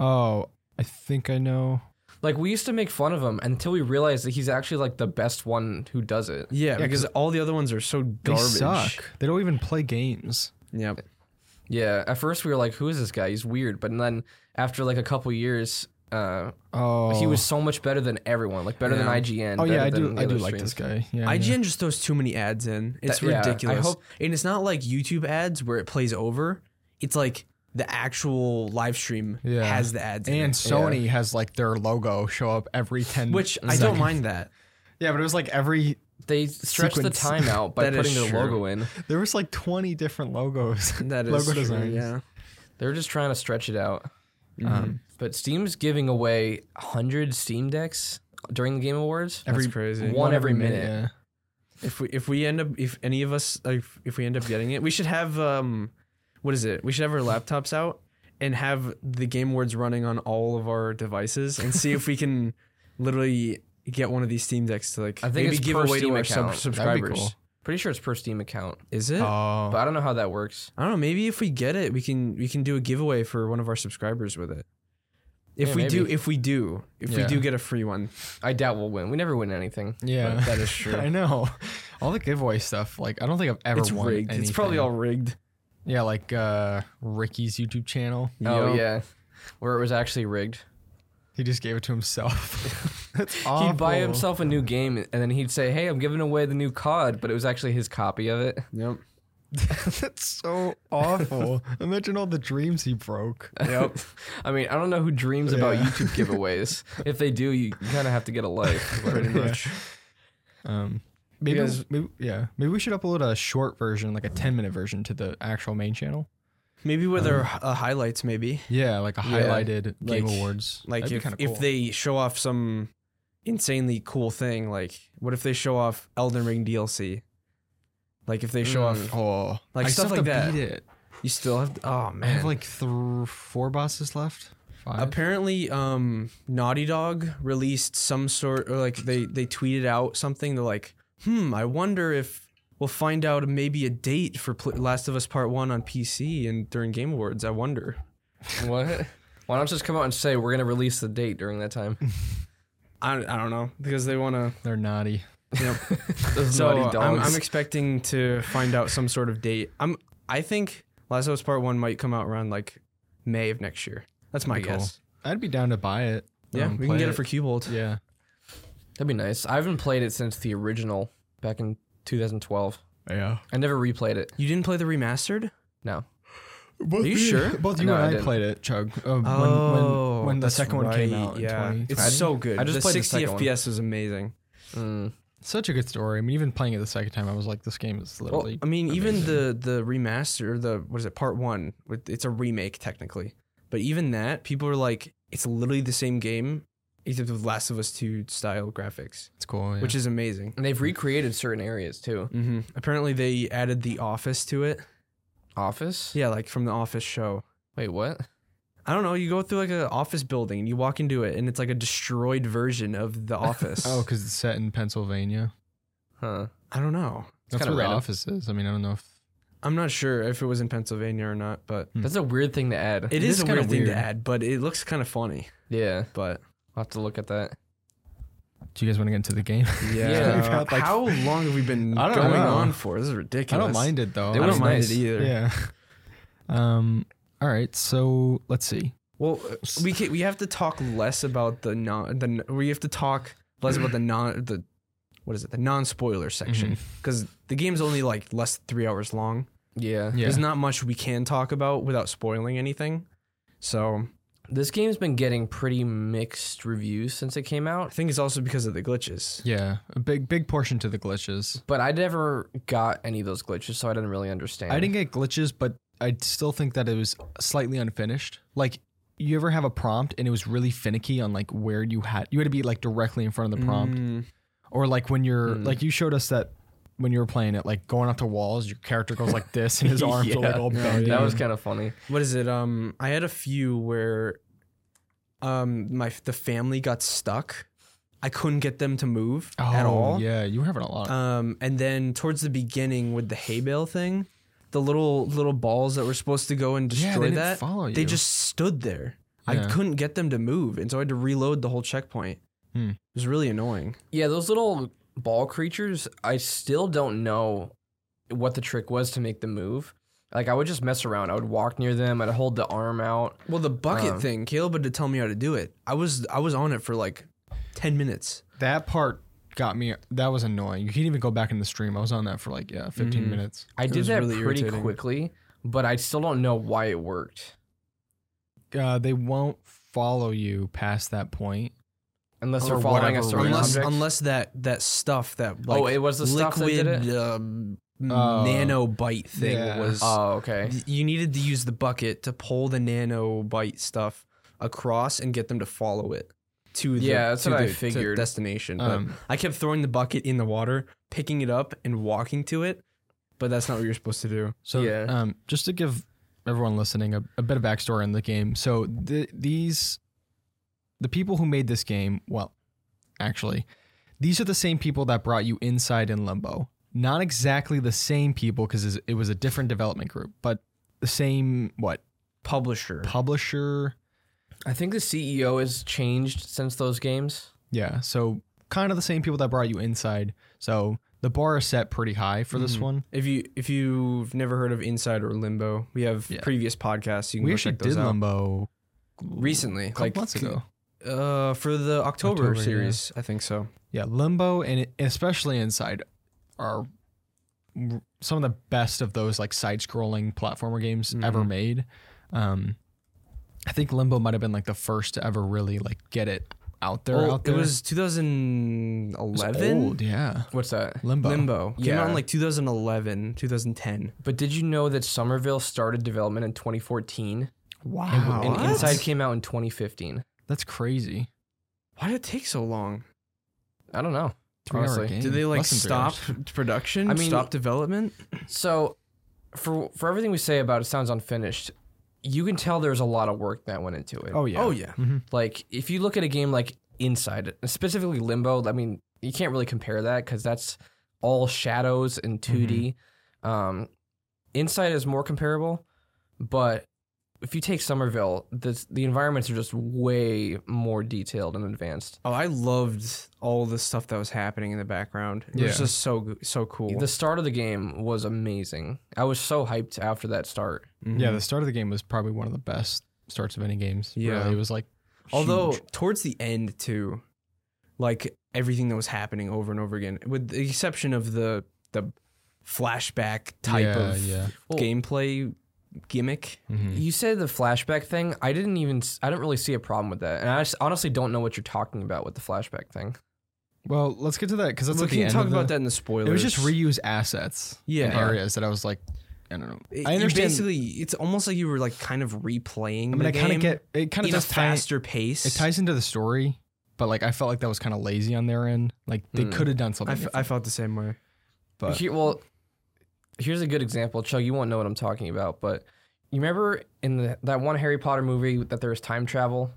oh, I think I know. Like we used to make fun of him until we realized that he's actually like the best one who does it. Yeah, because 'cause all the other ones are so They garbage. suck. They don't even play games. Yeah. Yeah. At first we were like, "Who is this guy? He's weird." But then after like a couple years, uh, Oh, he was so much better than everyone. Like better Yeah. than IGN. Oh better yeah, I than do. the I other do like this streams. guy. Yeah, IGN yeah. just throws too many ads in. It's That- yeah, I ridiculous. hope- and it's not like YouTube ads where it plays over. It's like the actual live stream Yeah. has the ads in And it. Sony has like their logo show up every ten. which I don't seconds. mind that. Yeah, but it was like every They stretched the Sequence. time out by That is putting their true. logo in. there was like twenty different logos. That is logo true, designs. Yeah. They were just trying to stretch it out. Um, But Steam's giving away 100 Steam Decks during the Game Awards. every That's crazy. one- every minute. yeah. If we if we end up if any of us like, if, we end up getting it, we should have um what is it? We should have our laptops out and have the game words running on all of our devices and see if we can literally get one of these Steam decks to like I think maybe it's give per away Steam to our account. sub- That'd be subscribers. cool. Pretty sure it's per Steam account, Is it? Oh, but I don't know how that works. I don't know. Maybe if we get it, we can we can do a giveaway for one of our subscribers with it. If Yeah, we do, maybe. if we do, if we Yeah. do get a free one, I doubt we'll win. We never win anything. yeah, that is true. I know. All the giveaway stuff, like I don't think I've ever it's won. rigged. It's probably anything. all rigged. Yeah, like uh, Ricky's YouTube channel. Oh Yup. yeah, where it was actually rigged. He just gave it to himself. That's awful. He'd buy himself a new game and then he'd say, "Hey, I'm giving away the new COD," but it was actually his copy of it. Yep. That's so awful. Imagine all the dreams he broke. Yep. I mean, I don't know who dreams about Yeah. YouTube giveaways. if they do, you kind of have to get a life. but- Pretty much. Um, maybe, guys- maybe yeah, maybe we should upload a short version, like a ten minute version, to the actual main channel. Maybe with Um, our hi- uh, highlights, maybe Yeah, like a Yeah, highlighted game like- awards. like That'd be if, kinda if cool. they show off some insanely cool thing, like what if they show off Elden Ring DLC? Like if they show Mm. off, oh like I still stuff have like to that. Beat it. you still have. oh I man, have like th- four bosses left. Five. Apparently, um, Naughty Dog released some sort, or like they they tweeted out something. They're like, "Hmm, I wonder if we'll find out maybe a date for Pl- Last of Us Part One on PC and during Game Awards. I wonder." what? Why don't you just come out and say we're gonna release the date during that time? I, I don't know because they want to. They're naughty. Those So uh, naughty I'm, dogs. I'm expecting to find out some sort of date. I'm I think Last of Us Part One might come out around like May of next year. That's my Pretty cool. guess. I'd be down to buy it. Yeah, Um, we can play get it, for Cubold. Yeah. That'd be nice. I haven't played it since the original back in 2012. Yeah. I never replayed it. You didn't play the remastered? No. Both Are you you sure? Both you No, I and I, didn't. played it, Chug. Uh, when, when, when the Oh, that's second one came right, out. yeah, In 2020. it's so good. I just the played the 60 second one. FPS was amazing. Mm. such a good story. I mean, even playing it the second time, I was like, this game is literally. I mean, even the the remaster, the what is it, part one? with- It's a remake technically, but even that, people are like, it's literally the same game, except with Last of Us Two style graphics, it's cool. Yeah. which is amazing. And they've recreated certain areas too. Mm-hmm. hmm Apparently, they added the Office to it. Office? Yeah, like from the Office show. Wait, what? I don't know. You go through like an office building, and you walk into it, and it's like a destroyed version of the Office. oh, because it's set in Pennsylvania. Huh. I don't know. That's kinda where the random. office is. I mean, I don't know if I'm not sure if it was in Pennsylvania or not, but That's a weird thing to add. Hmm. it Hmm. It is, is a kinda weird thing to weird. add. But it looks kind of funny. yeah. But I'll have to look at that. do you guys want to get into the game? yeah, We've had, like- how long have we been I going don't know. on for? This is I ridiculous. don't mind it though. I don't was mind nice. it either. Yeah. Um. All right. So let's see. Well, uh, we can, we have to talk less about the non the n- we have to talk less about the non the what is it the non spoiler Mm-hmm. section because the game's only like less than three hours long. Yeah. Yeah. There's not much we can talk about without spoiling anything. So This game's been getting pretty mixed reviews since it came I out, think it's also because of the glitches. yeah. A big big portion to the glitches. but I never got any of those glitches, so I didn't really understand. I didn't get glitches, but I still think that it was slightly unfinished. Like, you ever have a prompt and it was really finicky on like where you had you had to be like directly in front of the prompt, Mm, or like when you're like you showed us that when you were playing it, like going up to walls, your character goes like this and his arms are like all Yeah. bent. That in. was kind of funny. what is it? Um, I had a few where um my the family got stuck. I couldn't get them to move oh, at all. Yeah, you were having a lot. Um, and then towards the beginning with the hay bale thing, the little little balls that were supposed to go and Yeah, they destroy didn't that, follow they you. just stood there. I Yeah. couldn't get them to move, and so I had to reload the whole checkpoint. Hmm. It was really annoying. Yeah, those little ball creatures, I still don't know what the trick was to make them move. Like I would just mess around. I would walk near them. I'd hold the arm out. Well, the bucket Um, thing, Caleb had to tell me how to do it. I was I was on it for like ten minutes. that part got me. That was annoying. You can't even go back in the stream. I was on that for like yeah, 15 Mhm. minutes. I did was that really pretty irritating. quickly, but I still don't know why it worked. Uh, they won't follow you past that point. Unless Or they're following us whatever around. Unless objects. unless that that stuff that like oh, it was the stuff that did liquid it. um, Oh. nanobite thing Yeah. was Oh, okay. Y- You needed to use the bucket to pull the nanobite stuff across and get them to follow it to the, Yeah, that's to what I the- to figured. destination. But Um, I kept throwing the bucket in the water, picking it up, and walking to it, but that's not what you're supposed to do. So, Yeah. um, just to give everyone listening a, a bit of backstory on the game. So, the, these, the people who made this game, well, actually, these are the same people that brought you Inside in Limbo. Not exactly the same people because it was a different development group, but the same what Publisher. publisher? I think the CEO has changed since those games. Yeah. So, kind of the same people that brought you Inside. So, the bar is set pretty high for this Mhm. one. If you if you've never heard of Inside or Limbo, we have Yeah. previous podcasts. You can We go actually check those did out. Limbo recently, a couple like months ago. Uh, for the October, October, yeah. series, I think so. Yeah, Limbo and it- especially Inside are r- some of the best of those like side-scrolling platformer games Mm-hmm. ever made. Um, I think Limbo might have been like the first to ever really like get it out there. Well, out there, Oh, It was 2011. old, yeah. What's that? Limbo. Limbo. Came out Yeah. in like 2011, 2010. But did you know that Somerville started development in 2014 Wow, and What? Inside came out in 2015? that's crazy. Why did it take so long? I don't know. Three-hour honestly. game. Did they like Less than three stop hours. production? I mean- stop development? So, for for everything we say about it sounds unfinished, you can tell there's a lot of work that went into it. Oh yeah. Oh yeah. Like if you look at a game like Inside, specifically Limbo, I mean, you can't really compare that because that's all shadows and 2D. Mm-hmm. Um, Inside is more comparable, but if you take Somerville, this, the environments are just way more detailed and advanced. Oh, I loved all the stuff that was happening in the background. It was Yeah. just so go- so cool. The start of the game was amazing. I was so hyped after that start. Mhm. Yeah, the start of the game was probably one of the best starts of any games. Yeah. really. it was like Although huge. towards the end too, like everything that was happening over and over again, with the exception of the the flashback type Yeah, of yeah. Well- gameplay gimmick. Mhm. You said the flashback thing. I didn't even. s- I didn't really see a problem with that, and I s- honestly don't know what you're talking about with the flashback thing. Well, let's get to that because that's Well, at can the you end talk of the- about that in the spoilers? It was just reuse assets. Yeah. in areas that I was like, I don't know. It- I you understand. Basically, it's almost like you were like kind of replaying. I mean, the I kind game of get it. Kind of in a does tie, faster pace. It ties into the story, but like I felt like that was kind of lazy on their end. Like they Hmm. could have done I, something. f- I felt the same way. but Here- well, here's a good example, Chug. You won't know what I'm talking about, but you remember in the, that one Harry Potter movie that there was time travel.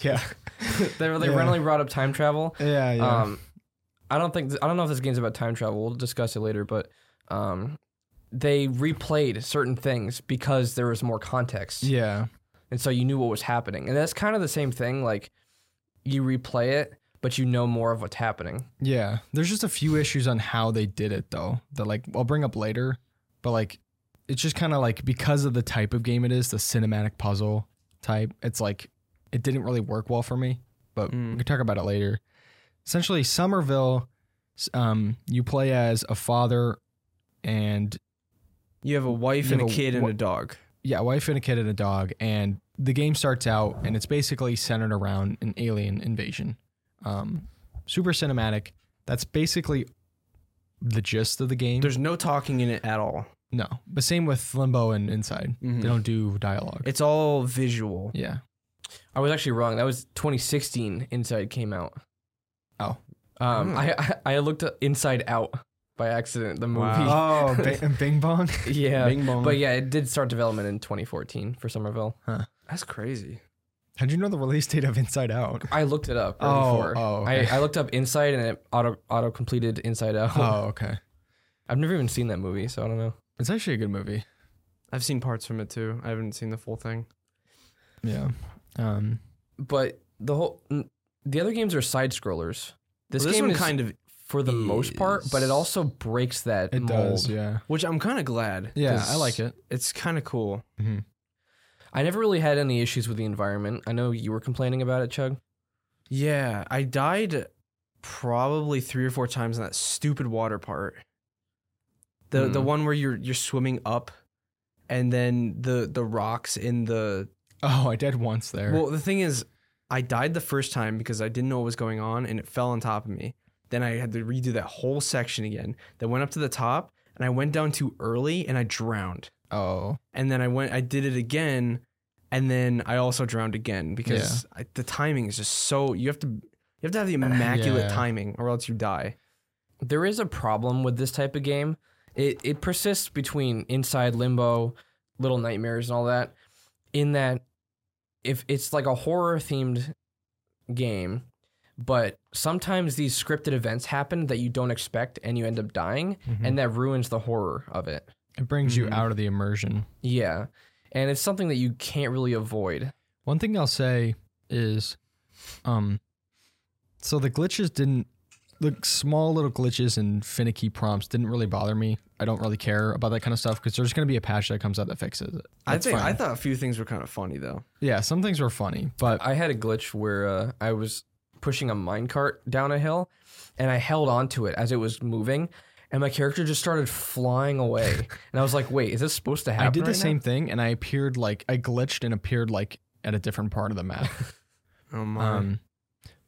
yeah, they they Yeah. randomly brought up time travel. yeah, yeah. Um, I don't think I don't know if this game's about time travel. We'll discuss it later, but um, they replayed certain things because there was more context, Yeah. and so you knew what was happening. And that's kind of the same thing. Like you replay it, but you know more of what's happening. Yeah. There's just a few issues on how they did it though that like I'll bring up later, but like it's just kind of like because of the type of game it is, the cinematic puzzle type, it's like it didn't really work well for me, but we Mm. can talk about it later. Essentially Somerville s- um you play as a father and You have a wife You and a have a kid and wa- a dog. yeah, a wife and a kid and a dog and the game starts out and it's basically centered around an alien invasion. Um super cinematic. That's basically the gist of the game. There's no talking in it at all. No, but same with Limbo and Inside. Mhm. They don't do dialogue. It's all visual. yeah, I was actually wrong. That was 2016. Inside came out. Oh. um, Hmm. I, I I looked up Inside Out by accident. The movie. Wow. Oh, bing, bing bong. yeah. Bing bong. But yeah, it did start development in 2014 for Somerville. That's crazy. How'd you know the release date of Inside Out? I looked it up. Right Oh, before. oh, okay. I, I looked up Inside and it auto auto completed Inside Out. Oh, okay. I've never even seen that movie, so I don't know. It's actually a good movie. I've seen parts from it too. I haven't seen the full thing. Yeah. Um. But the whole n- the other games are side scrollers. This, Well, this game one is kind of, for the most part, but it is- also breaks that It mold. does. Yeah. which I'm kind of glad. Yeah, 'cause I like it. It's kind of cool. hmm I never really had any issues with the environment. I know you were complaining about it, Chug. Yeah, I died probably three or four times in that stupid water part. The the Hmm. one where you're you're swimming up, and then the the rocks in the Oh, I did once there. Well, the thing is, I died the first time because I didn't know what was going on and it fell on top of me. Then I had to redo that whole section again. Then went up to the top and I went down too early and I drowned. oh, And then I went, I did it again, and then I also drowned again because I, the timing is just so you have to you have to have the immaculate Yeah. timing or else you die. There is a problem with this type of game. It it persists between Inside Limbo, Little Nightmares, and all that. In that, if it's like a horror themed game, but sometimes these scripted events happen that you don't expect, and you end up dying, Mm-hmm. Mhm. and that ruins the horror of it. it brings you Mhm. out of the immersion. Yeah, and it's something that you can't really avoid. One thing I'll say is, um, so the glitches didn't, the small little glitches and finicky prompts didn't really bother me. I don't really care about that kind of stuff because there's going to be a patch that comes out that fixes it. I That's think I fine. thought a few things were kind of funny though. yeah, some things were funny, but I had a glitch where uh, I was pushing a minecart down a hill, and I held onto it as it was moving, and my character just started flying away. and I was like, "Wait, is this supposed to happen?" I did the right now?" same thing and I appeared like I glitched and appeared like at a different part of the map. Oh my. um,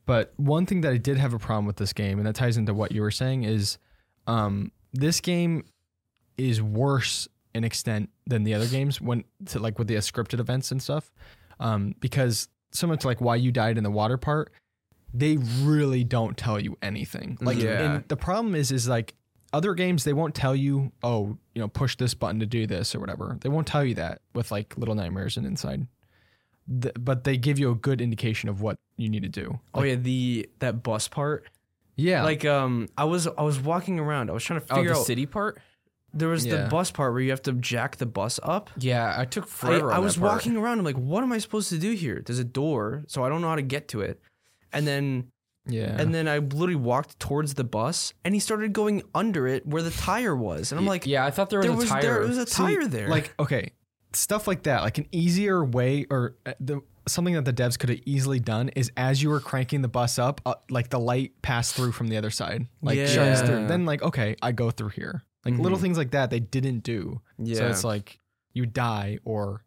but one thing that I did have a problem with this game, and that ties into what you were saying, is um, this game is worse in extent than the other games when to like with the scripted events and stuff, um, because similar to like why you died in the water part, they really don't tell you anything. Like, Yeah. and the problem is, is like other games they won't tell you, oh, you know, push this button to do this or whatever. They won't tell you that with like Little Nightmares and Inside. Th- but they give you a good indication of what you need to do. oh yeah, the that bus part. Yeah, Like um I was I was walking around. I was trying to Oh, figure the out city part. There was Yeah. the bus part where you have to jack the bus up. Yeah, I took I, forever. I on was that part. walking around. I'm like, what am I supposed to do here? There's a door, so I don't know how to get to it. And then, yeah, and then I literally walked towards the bus, and he started going under it where the tire was, and I'm like, yeah, I thought there was there a was tire. there was a tire there. like okay, stuff like that, like an easier way or uh, the something that the devs could have easily done is as you were cranking the bus up, uh, like the light passed through from the other side, like shines Yeah. through. Then like okay, I go through here. Like Mm-hmm. little things like that they didn't do. yeah, So it's like you die or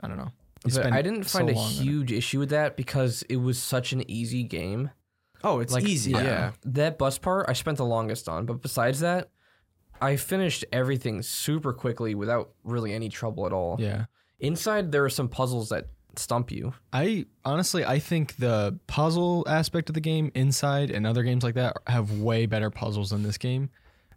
I don't know. You But spend I didn't so find a long on it. huge issue with that because it was such an easy game. oh, it's like, easy. Yeah. That bus part I spent the longest on, but besides that, I finished everything super quickly without really any trouble at all. Yeah. Inside, there are some puzzles that stump you. I honestly, I think the puzzle aspect of the game, Inside and other games like that, have way better puzzles than this game.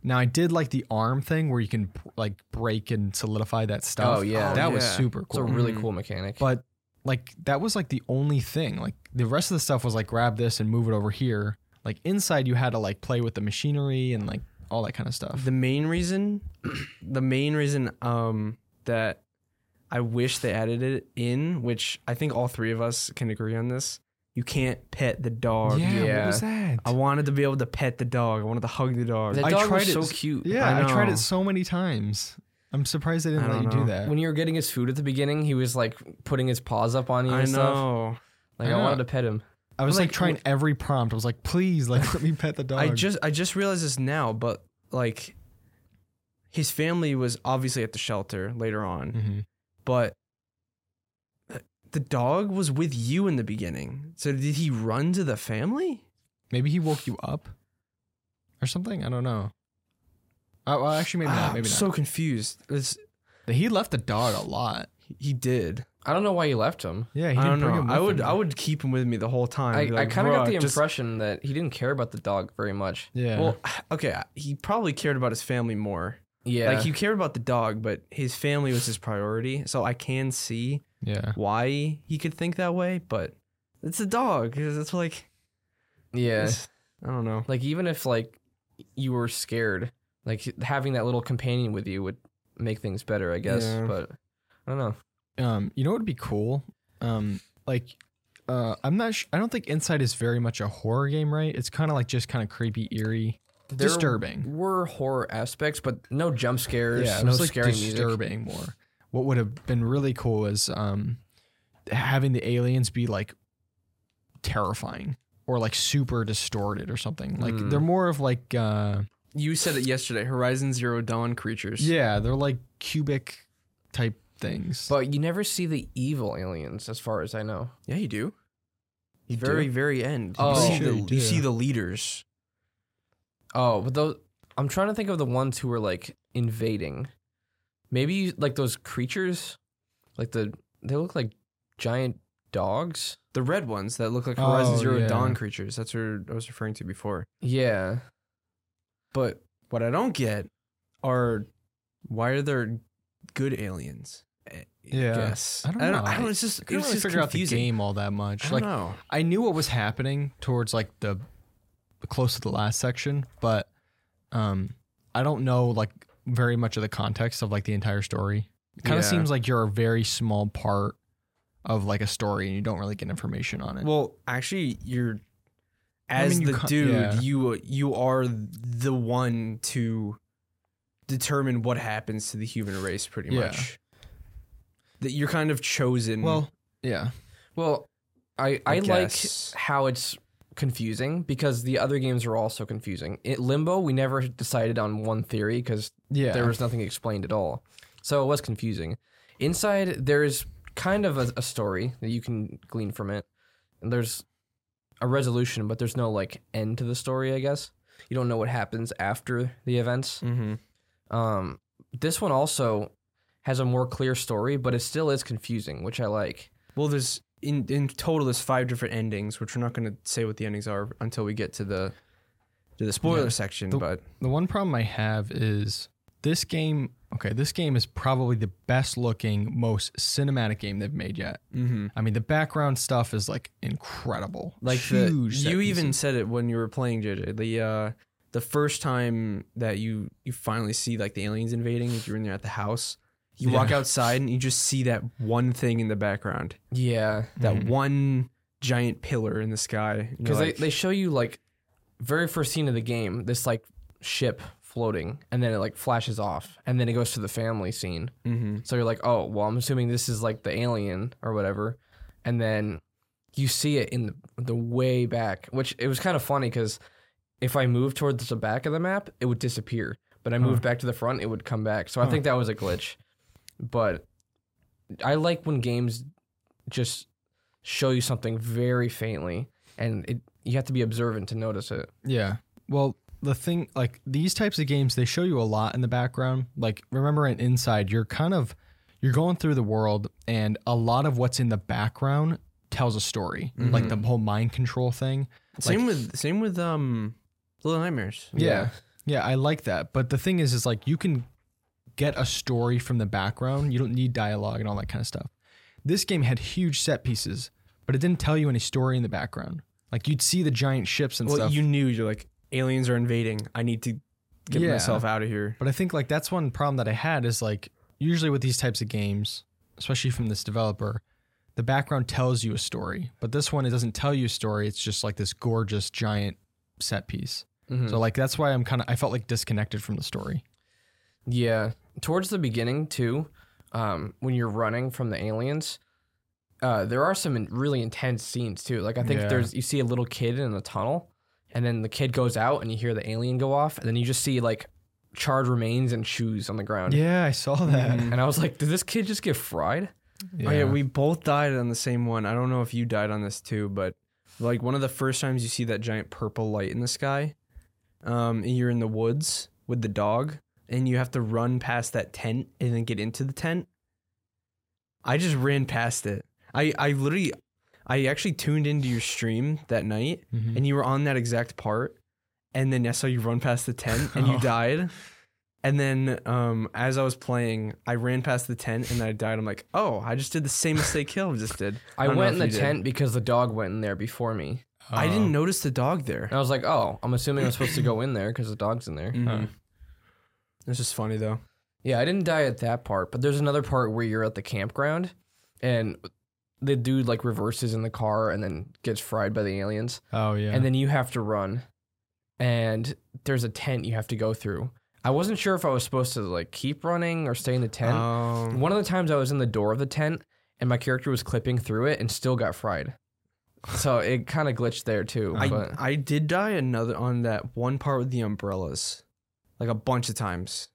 Now, I did like the arm thing where you can like break and solidify that stuff. Oh, yeah. that Oh, was yeah. super It's a cool. really Mhm. cool mechanic. but like that was like the only thing. Like the rest of the stuff was like grab this and move it over here. like inside you had to like play with the machinery and like all that kind of stuff. The main reason, the main reason um, that I wish they added it in, which I think all three of us can agree on this, you can't pet the dog. yeah. what was that? I wanted to be able to pet the dog. I wanted to hug the dog. That I dog was tried so it- cute. yeah, I I, tried know. it so many times. I'm surprised they I didn't let you don't do know. that. When you were getting his food at the beginning, he was like putting his paws up on you I and stuff. know. Like I I, know. wanted to pet him. I was like, like, trying every prompt. I was like, please, like let me pet the dog. I just I just realized this now, but like his family was obviously at the shelter later on, hmm but uh, the dog was with you in the beginning. So did he run to the family? maybe he woke you up or something. I don't know. Uh, well, actually, maybe Ah, not. I'm Maybe so confused. It's, not. He left the dog a lot. he did. I don't know why you left him. Yeah, he I didn't bring don't him. know. I with would him. I would keep him with me the whole time. I, Be I like, kind of got "Bruh, the just- impression that he didn't care about the dog very much. Yeah. Well, okay, he probably cared about his family more. Yeah, Like he cared about the dog, but his family was his priority. So I can see yeah. why he could think that way, but it's a dog. It's like yeah. it's- I don't know. Like even if like you were scared, like having that little companion with you would make things better, I guess. Yeah. But I don't know. Um, you know what would be cool? Um, like, uh, I'm not. Sh- I don't think Inside is very much a horror game, right? It's kind of like just kind of creepy, eerie, There disturbing. Were horror aspects, but no jump scares, yeah, it no was like scary music. disturbing more. What would have been really cool is um, having the aliens be like terrifying or like super distorted or something. Like Mm. they're more of like uh, You said it yesterday. Horizon Zero Dawn creatures. yeah, they're like cubic type things. But you never see the evil aliens, as far as I know. yeah, you do. You very, do? very end. Oh. you, see Sure the, you you do. see the leaders. Oh, but those I'm trying to think of the ones who were like invading. Maybe like those creatures, like the they look like giant dogs. The red ones that look like Oh, Horizon Zero yeah. Dawn creatures. That's what I was referring to before. Yeah, But what I don't get are why are there good aliens? Yeah. Yes. I don't know. I don't it's just I couldn't it's really just figure confusing. out the game all that much. I don't Like know. I knew what was happening towards like the close to the last section, but um I don't know like very much of the context of like the entire story. It kind Yeah. of seems like you're a very small part of like a story and you don't really get information on it. Well, actually, you're I as mean, you the ca- dude. yeah. You you are the one to determine what happens to the human race, pretty Yeah. much. That you're kind of chosen. Well, Mm. yeah. Well, I I I, like guess. how it's confusing because the other games are also confusing. It, Limbo, we never decided on one theory because Yeah. there was nothing explained at all, so it was confusing. Inside, there's kind of a, a story that you can glean from it, and there's a resolution, but there's no like end to the story. I guess you don't know what happens after the events. Mhm. Um, this one also has a more clear story, but it still is confusing, which I like. well, there's in in total there's five different endings, which we're not going to say what the endings are until we get to the to the spoiler Yeah. section. The- but The one problem I have is this game. Okay, this game is probably the best looking, most cinematic game they've made yet. mm-hmm. I mean, the background stuff is like incredible. like huge. the, set you pieces. even said it when you were playing JJ. The uh, the first time that you you finally see like the aliens invading, like you're in there at the house. You walk Yeah. outside and you just see that one thing in the background, Yeah, that Mhm. one giant pillar in the sky. And you're because like, they, they show you like very first scene of the game this like ship floating and then it like flashes off and then it goes to the family scene Mhm. so you're like oh well i'm assuming this is like the alien or whatever and then you see it in the, the way back which it was kind of funny because if i moved towards the back of the map it would disappear but i moved back to the front it would come back so i Huh. think that was a glitch but i like when games just show you something very faintly and it you have to be observant to notice it. Yeah. Well, the thing like these types of games, they show you a lot in the background. Like remember in Inside, you're kind of you're going through the world and a lot of what's in the background tells a story. Like Mm-hmm. the whole mind control thing. same with same with um, Little Nightmares. Yeah. Yeah, I like that. But the thing is is like you can get a story from the background. You don't need dialogue and all that kind of stuff. This game had huge set pieces, but it didn't tell you any story in the background. Like you'd see the giant ships and well, stuff. you knew you're like aliens are invading. I need to get Yeah. myself out of here. But I think like that's one problem that I had is like usually with these types of games, especially from this developer, the background tells you a story. But this one it doesn't tell you a story. It's just like this gorgeous giant set piece. Hmm. So like that's why I'm kind of I felt like disconnected from the story. Yeah. Towards the beginning too, um, when you're running from the aliens, uh, there are some in- really intense scenes too. Like I think Yeah. there's you see a little kid in a tunnel, and then the kid goes out, and you hear the alien go off, and then you just see like charred remains and shoes on the ground. Yeah, I saw that. And I was like, did this kid just get fried? Yeah. Oh yeah, we both died on the same one. I don't know if you died on this too, but like one of the first times you see that giant purple light in the sky, um, you're in the woods with the dog, and you have to run past that tent and then get into the tent. I just ran past it. I I literally, I actually tuned into your stream that night, Mm-hmm. Mhm. and you were on that exact part, and then I saw you run past the tent and you Oh. died. And then um, as I was playing, I ran past the tent and I died. I'm like, oh, I just did the same mistake Caleb just did. I, don't know went in if the you did. tent because the dog went in there before me. I Uh, didn't notice the dog there. And I was like, oh, I'm assuming I'm supposed to go in there because the dog's in there. Mhm. This is funny though. Yeah, I didn't die at that part, but there's another part where you're at the campground and the dude like reverses in the car and then gets fried by the aliens. Oh yeah. And then you have to run. And there's a tent you have to go through. I wasn't sure if I was supposed to like keep running or stay in the tent. Um, One of the times I was in the door of the tent and my character was clipping through it and still got fried. So it kind of glitched there too. I, but I did die another on that one part with the umbrellas, like a bunch of times.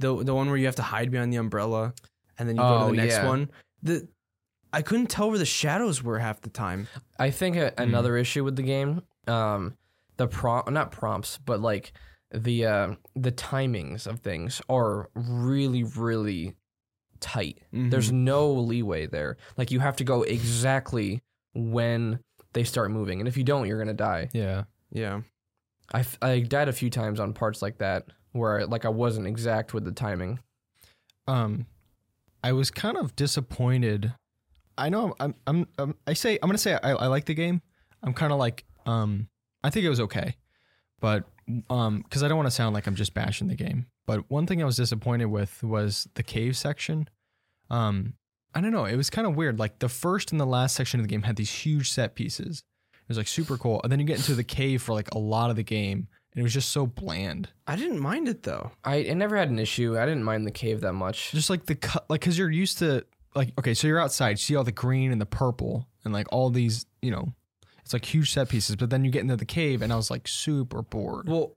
The the one where you have to hide behind the umbrella, and then you go Oh, to the next yeah. one. The I couldn't tell where the shadows were half the time. I think Hmm. a, another issue with the game, um, the prompt, not prompts, but like the uh, the timings of things are really, really tight. Hmm. There's no leeway there. Like you have to go exactly when they start moving, and if you don't, you're gonna die. yeah. yeah. I, f- I died a few times on parts like that where like I wasn't exact with the timing. um I was kind of disappointed. I know I'm I'm, I'm I say I'm gonna say I, I like the game. I'm kind of like um I think it was okay, but um because I don't want to sound like I'm just bashing the game. But one thing I was disappointed with was the cave section. Um, I don't know. It was kind of weird. Like the first and the last section of the game had these huge set pieces. It was like super cool, and then you get into the cave for like a lot of the game, and it was just so bland. I didn't mind it though. I, I never had an issue. I didn't mind the cave that much. just like the cut like because you're used to like okay so you're outside you see all the green and the purple and like all these you know it's like huge set pieces but then you get into the cave and i was like super bored Well,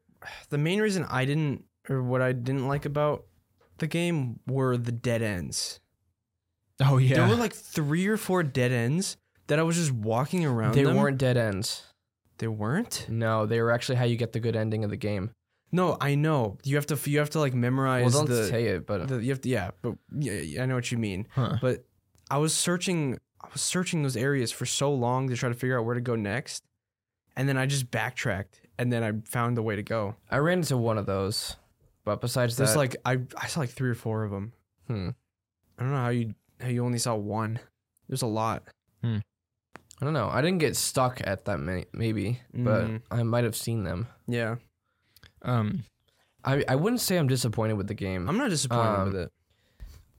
the main reason I didn't, or what I didn't like about the game were the dead ends. oh yeah There were like three or four dead ends that I was just walking around. They them. weren't dead ends. They weren't. No, they were actually how you get the good ending of the game. No, I know. You have to. You have to like Well, memorize. don't the, say it, but the- You have to. Yeah, but yeah, yeah, I know what you mean. Huh. But I was searching. I was searching those areas for so long to try to figure out where to go next, and then I just backtracked, and then I found the way to go. I ran into one of those. But besides There's that, like I. I saw like three or four of them. hmm, I don't know how you how you only saw one. There's a lot. I don't know. I didn't get stuck at that many, maybe, Mm. but I might have seen them. Yeah, um I, I wouldn't say I'm disappointed with the game. I'm not disappointed Um, with it.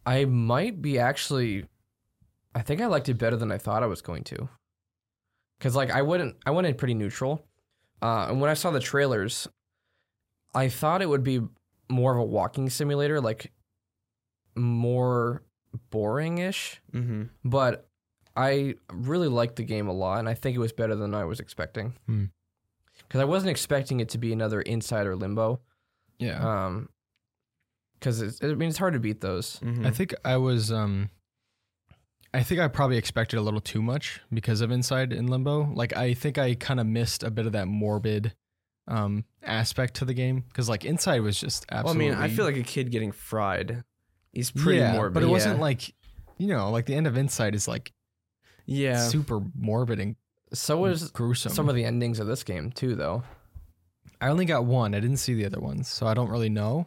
I might be actually. I think I liked it better than I thought I was going to. Cause like I wouldn't, I went in pretty neutral, uh, and when I saw the trailers, I thought it would be more of a walking simulator, like more boring ish. Mm-hmm. but I really liked the game a lot, and I think it was better than I was expecting. Hmm. Because I wasn't expecting it to be another Insider Limbo. yeah Um, because it's, I mean, it's hard to beat those. Mm-hmm. i think i was um i think i probably expected a little too much because of inside in limbo like i think i kind of missed a bit of that morbid um aspect to the game because like inside was just well, I absolutely mean, I feel like a kid getting fried. He's pretty yeah, morbid. but it yeah. wasn't like you know like the end of inside is like yeah. super morbid and So was gruesome. some of the endings of this game too, though. Hmm. I only got one. I didn't see the other ones, so I don't really know.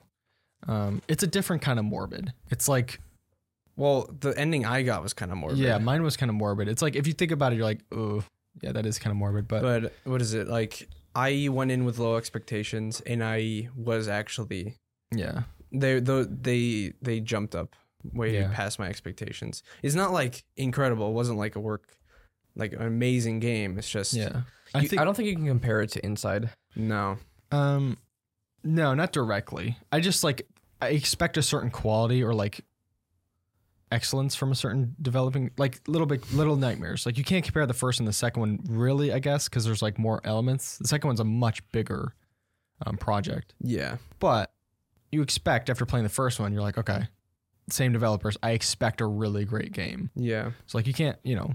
Um, it's a different kind of morbid. It's like Well, the ending I got was kind of morbid. yeah, mine was kind of morbid. It's like if you think about it, you're like, oh, yeah, that is kind of morbid, but, But what is it? Like I went in with low expectations and I was actually yeah, they though they they jumped up way Yeah. past my expectations. It's not like incredible. It wasn't like a work like an amazing game. It's just yeah. I You- think I don't think you can compare it to Inside. no. um, no, not directly. I just like I expect a certain quality or like excellence from a certain developing like little big little nightmares. Like you can't compare the first and the second one really, I guess, because there's like more elements. The second one's a much bigger um, project. Yeah. But you expect after playing the first one, you're like, okay, same developers. I expect a really great game. Yeah. So like you can't, you know,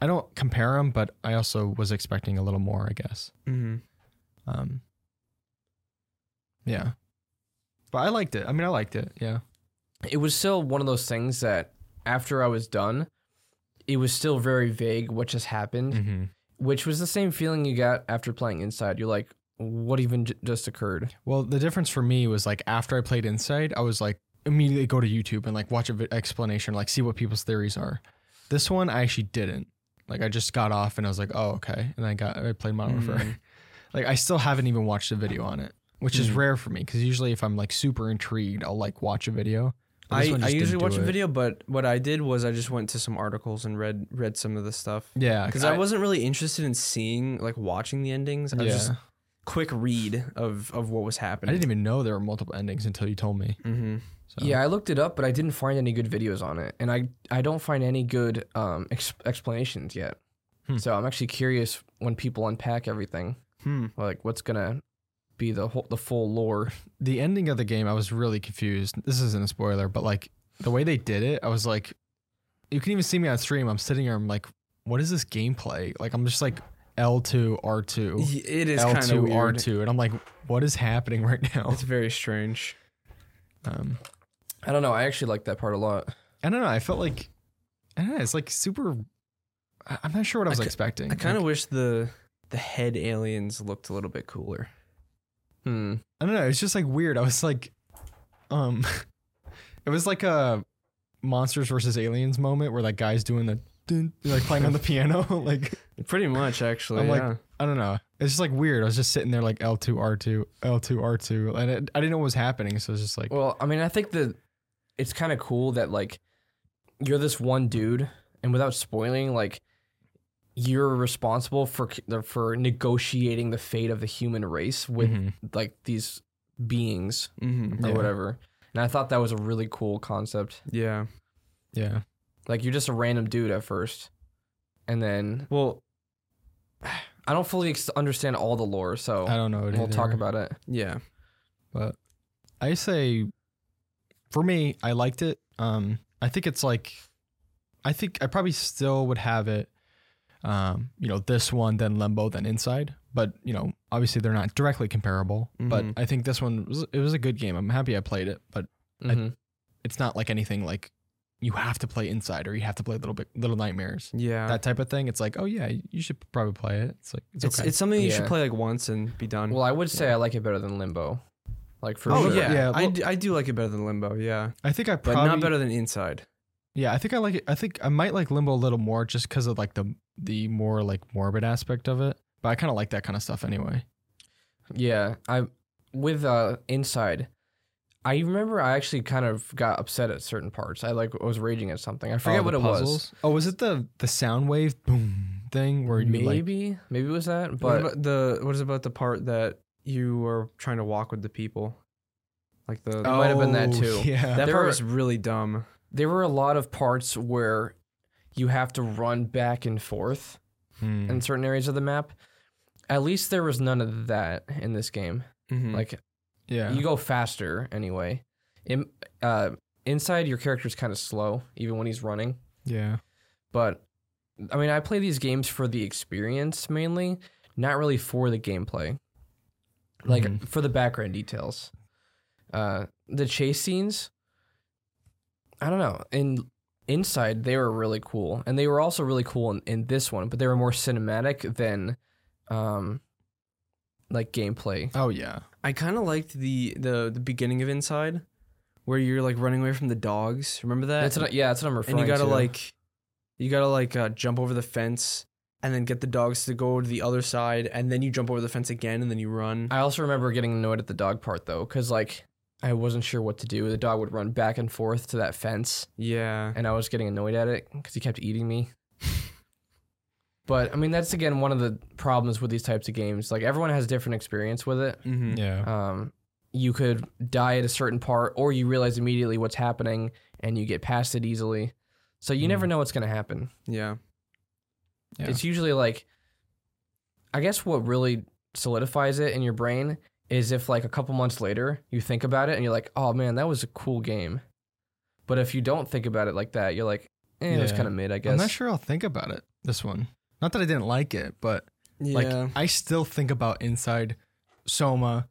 I don't compare them, but I also was expecting a little more, I guess. Mm-hmm. Um, yeah, but I liked it. I mean, I liked it. Yeah, It was still one of those things that after I was done, it was still very vague what just happened, mm-hmm. which was the same feeling you got after playing Inside. You're like, what even j- just occurred? Well, the difference for me was like after I played Inside, I was like immediately go to YouTube and like watch a vi- explanation, like see what people's theories are. This one I actually didn't. Like I just got off and I was like, oh okay, and I got I played Modern Mm-hmm. Warfare. like I still haven't even watched a video on it, which is Mm-hmm. rare for me because usually if I'm like super intrigued, I'll like watch a video. But this I, one I just didn't usually do watch a it. video, but what I did was I just went to some articles and read read some of the stuff. Yeah, Because I, wasn't really interested in seeing like watching the endings. I Yeah, was just quick read of of what was I happening. didn't even know there were multiple endings until you told me. Mm-hmm. So. Yeah, I looked it up, but I didn't find any good videos on it, and I I don't find any good um, ex- explanations yet. Hmm. So I'm actually curious when people unpack everything, Hmm. like what's gonna be the whole, the full lore. the ending of the game, I was really confused. This isn't a spoiler, but like the way they did it, I was like, you can even see me on stream. I'm sitting here. I'm like, what is this gameplay? Like, I'm just like L2, R2, Y- It is kind of L2, weird. R2. And I'm like, what is happening right now? It's very strange. Um, I don't know. I actually like that part a lot. I don't know. I felt like, I don't know. It's like super, I- I'm not sure what I was I ki- expecting. I kind of wish the the head aliens looked a little bit cooler. Hmm. I don't know. It's just like weird. I was like, um, it was like a monsters versus aliens moment where that guy's doing the dun, like playing on the piano. like Hmm. Pretty much, actually. I'm like- yeah. I don't know. It's just like weird. I was just sitting there like L two R two L two R two, and it, I didn't know what was happening. So it's just like Well, I mean, I think that it's kind of cool that like you're this one dude, and without spoiling, like you're responsible for for negotiating the fate of the human race with mhm. like these beings Mm-hmm. or Yeah. whatever. And I thought that was a really cool concept. Yeah. yeah, Like you're just a random dude at first, and then Well, I don't fully ex- understand all the lore, so I don't know. we'll either. talk about it. yeah. but I say for me, I liked it. Um, I think it's like, I think I probably still would have it. Um, you know, this one, then Limbo, then Inside. But you know, obviously they're not directly comparable. But Mhm. I think this one was it was a good game. I'm happy I played it, but I- Mhm. it's not like anything like you have to play Inside or you have to play Little Big Little Nightmares. Yeah. That type of thing. It's like, oh yeah, you should probably play it. It's like it's, it's, okay. it's something you should Yeah. play like once and be done. well, I would say I like it better than Limbo, like for oh, sure. yeah. Yeah, I, well- d- I do like it better than Limbo, yeah. I think I But probably not better than Inside. Yeah, I think I like it. I think I might like Limbo a little more just because of like the the more like morbid aspect of it. But I kind of like that kind of stuff anyway. Yeah, I with uh inside. I remember I actually kind of got upset at certain parts. I like was raging at something. I forget Oh, what the it was. puzzles. Oh, was it the the sound wave boom thing where you like? Maybe, maybe it was that. But But what about the what is about the part that you were trying to walk with the people? Like the Oh, might have been that Oh, too. Yeah, that there part were- was really dumb. there were a lot of parts where you have to run back and forth Hmm. in certain areas of the map. At least there was none of that in this game. Mhm. Like Hmm. yeah, you go faster anyway. In, uh, inside your character's kind of slow even when he's running. yeah, but I mean, I play these games for the experience mainly, not really for the gameplay. Like Mhm. for the background details, uh, the chase scenes. I don't know. In inside, they were really cool, and they were also really cool in, in this one, but they were more cinematic than, um, like gameplay. oh yeah, I kind of liked the, the the beginning of Inside, where you're like running away from the dogs. Remember that? That's what, I- yeah, that's what I'm referring and you gotta to. like, you gotta like uh, jump over the fence and then get the dogs to go to the other side, and then you jump over the fence again, and then you run. I also remember getting annoyed at the dog part though, because like I wasn't sure what to do. The dog would run back and forth to that fence, Yeah. and I was getting annoyed at it because he kept eating me. but I mean, that's again one of the problems with these types of games. Like everyone has different experience with it. Mm-hmm. Yeah. Um, you could die at a certain part, or you realize immediately what's happening and you get past it easily. So you never Mm. know what's gonna happen. Yeah. Yeah. It's usually like, I guess what really solidifies it in your brain is if like a couple months later you think about it and you're like, oh man, that was a cool game. But if you don't think about it like that, you're like, eh, it was Yeah. kind of mid, I guess. I'm not sure I'll think about it. This one. Not that I didn't like it, but Like yeah. I still think about Inside, Soma,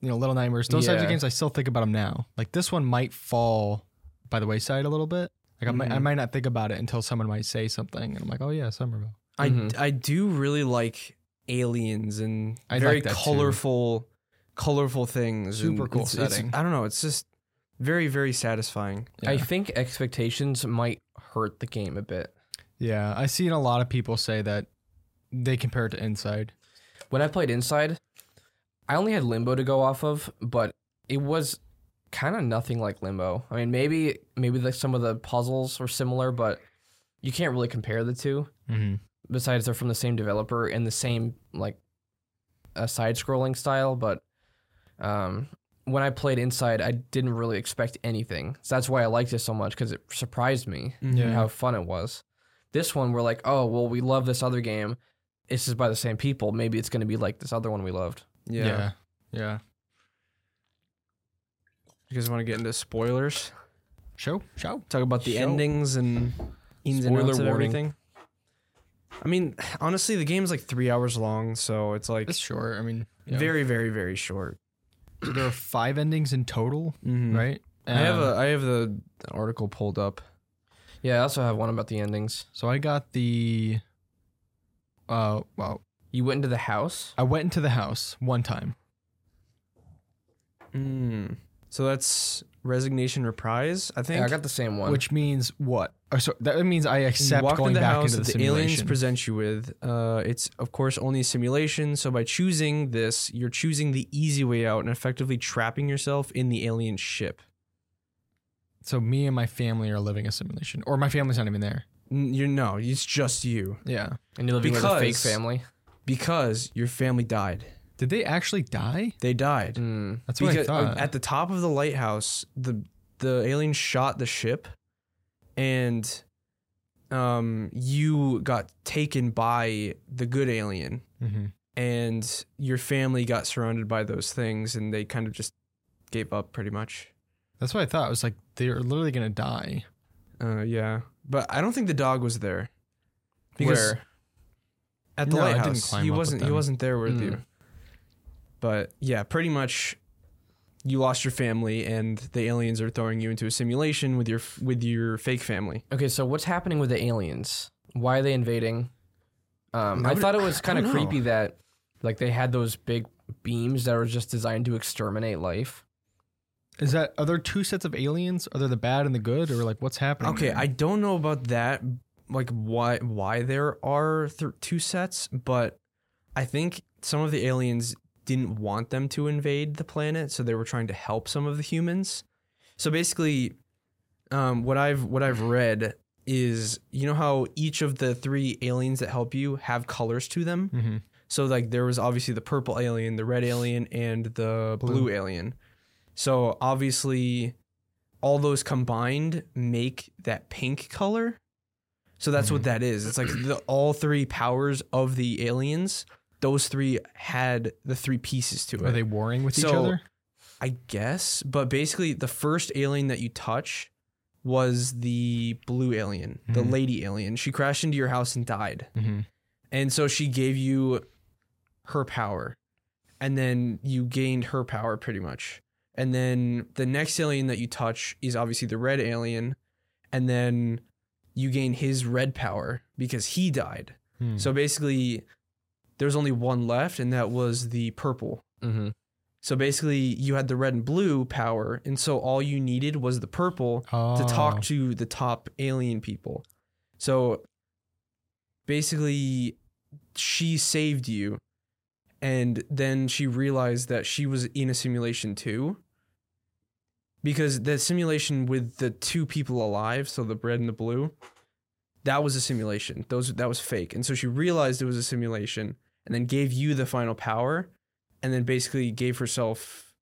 you know, Little Nightmares. Those types Yeah. of games, I still think about them now. Like this one might fall by the wayside a little bit. Like I, might, I Mhm. might not think about it until someone might say something, and I'm like, oh yeah, Somerville. I Mhm. I do really like aliens and mm-hmm. I very like that too. colorful, colorful things. and Super cool it's- it's- setting. I don't know. It's just very very satisfying. Yeah. I think expectations might hurt the game a bit. yeah, I've seen a lot of people say that they compare it to Inside. when I played Inside, I only had Limbo to go off of, but it was kind of nothing like Limbo. I mean, maybe maybe like some of the puzzles were similar, but you can't really compare the two. Mm-hmm. Besides, they're from the same developer and the same like uh, side-scrolling style. But um, when I played Inside, I didn't really expect anything, so that's why I liked it so much because it surprised me Mm-hmm. and Yeah. how fun it was. This one, we're like, oh, well, we love this other game. This is by the same people. Maybe it's going to be like this other one we loved. Yeah. yeah, yeah. You guys want to get into spoilers? Show, show. Talk about the Show. endings and ins and Spoiler outs of warning. everything. I mean, honestly, the game's like three hours long, so it's like It's short. I mean, you know, very very very short. there are five endings in total, Mhm. right? I have Um, a I have the article pulled up. Yeah, I also have one about the endings. So I got the. Uh, well, You went into the house. I went into the house one time. Mm. So that's resignation reprise. I think. Yeah, I got the same one. Which means what? Oh, so that means I accept walk going into the back house into the, that the simulation. aliens present you with. Uh, it's of course only a simulation. So by choosing this, you're choosing the easy way out and effectively trapping yourself in the alien ship. so me and my family are living a simulation, or my family's not even there. N- You're no, it's just you Yeah. and you're living with a fake because- family. because your family died. Did they actually die? They died. Mm. That's what Because- uh, I thought. At the top of the lighthouse, the the alien shot the ship, and um, you got taken by the good alien. mm-hmm. and your family got surrounded by those things and they kind of just gave up pretty much. That's what I thought. I was like, they're literally gonna die. Uh, yeah, but I don't think the dog was there because Where? at the No, I didn't lighthouse climb he up with wasn't he them. wasn't there with Mm. you. But yeah, pretty much you lost your family and the aliens are throwing you into a simulation with your with your fake family. Okay, so what's happening with the aliens? Why are they invading? Um, I Nobody- thought it was I kind of don't know. creepy that like they had those big beams that were just designed to exterminate life. Is that are there two sets of aliens? Are there the bad and the good, or like what's happening? Okay, there? I don't know about that, like why why there are th- two sets, but I think some of the aliens didn't want them to invade the planet, so they were trying to help some of the humans. So basically, um, what I've what I've read is you know how each of the three aliens that help you have colors to them. Mhm. So like there was obviously the purple alien, the red alien, and the blue, Blue. alien. So obviously all those combined make that pink color. So that's Mm-hmm. what that is. It's like the all three powers of the aliens, those three had the three pieces to Are it. they warring with each So- other? I guess, but basically the first alien that you touch was the blue alien, the Mhm. lady alien. She crashed into your house and died. Mm-hmm. And so she gave you her power. And then you gained her power pretty much. And then the next alien that you touch is obviously the red alien. And then you gain his red power because he died. Hmm. Mm-hmm. So basically, there's only one left, and that was the purple. Mm-hmm. So basically, you had the red and blue power. And so all you needed was the Oh. purple to talk to the top alien people. So basically she saved you and then she realized that she was in a simulation too because the simulation with the two people alive so the red and the blue that was a simulation those that was fake and so she realized it was a simulation and then gave you the final power and then basically gave herself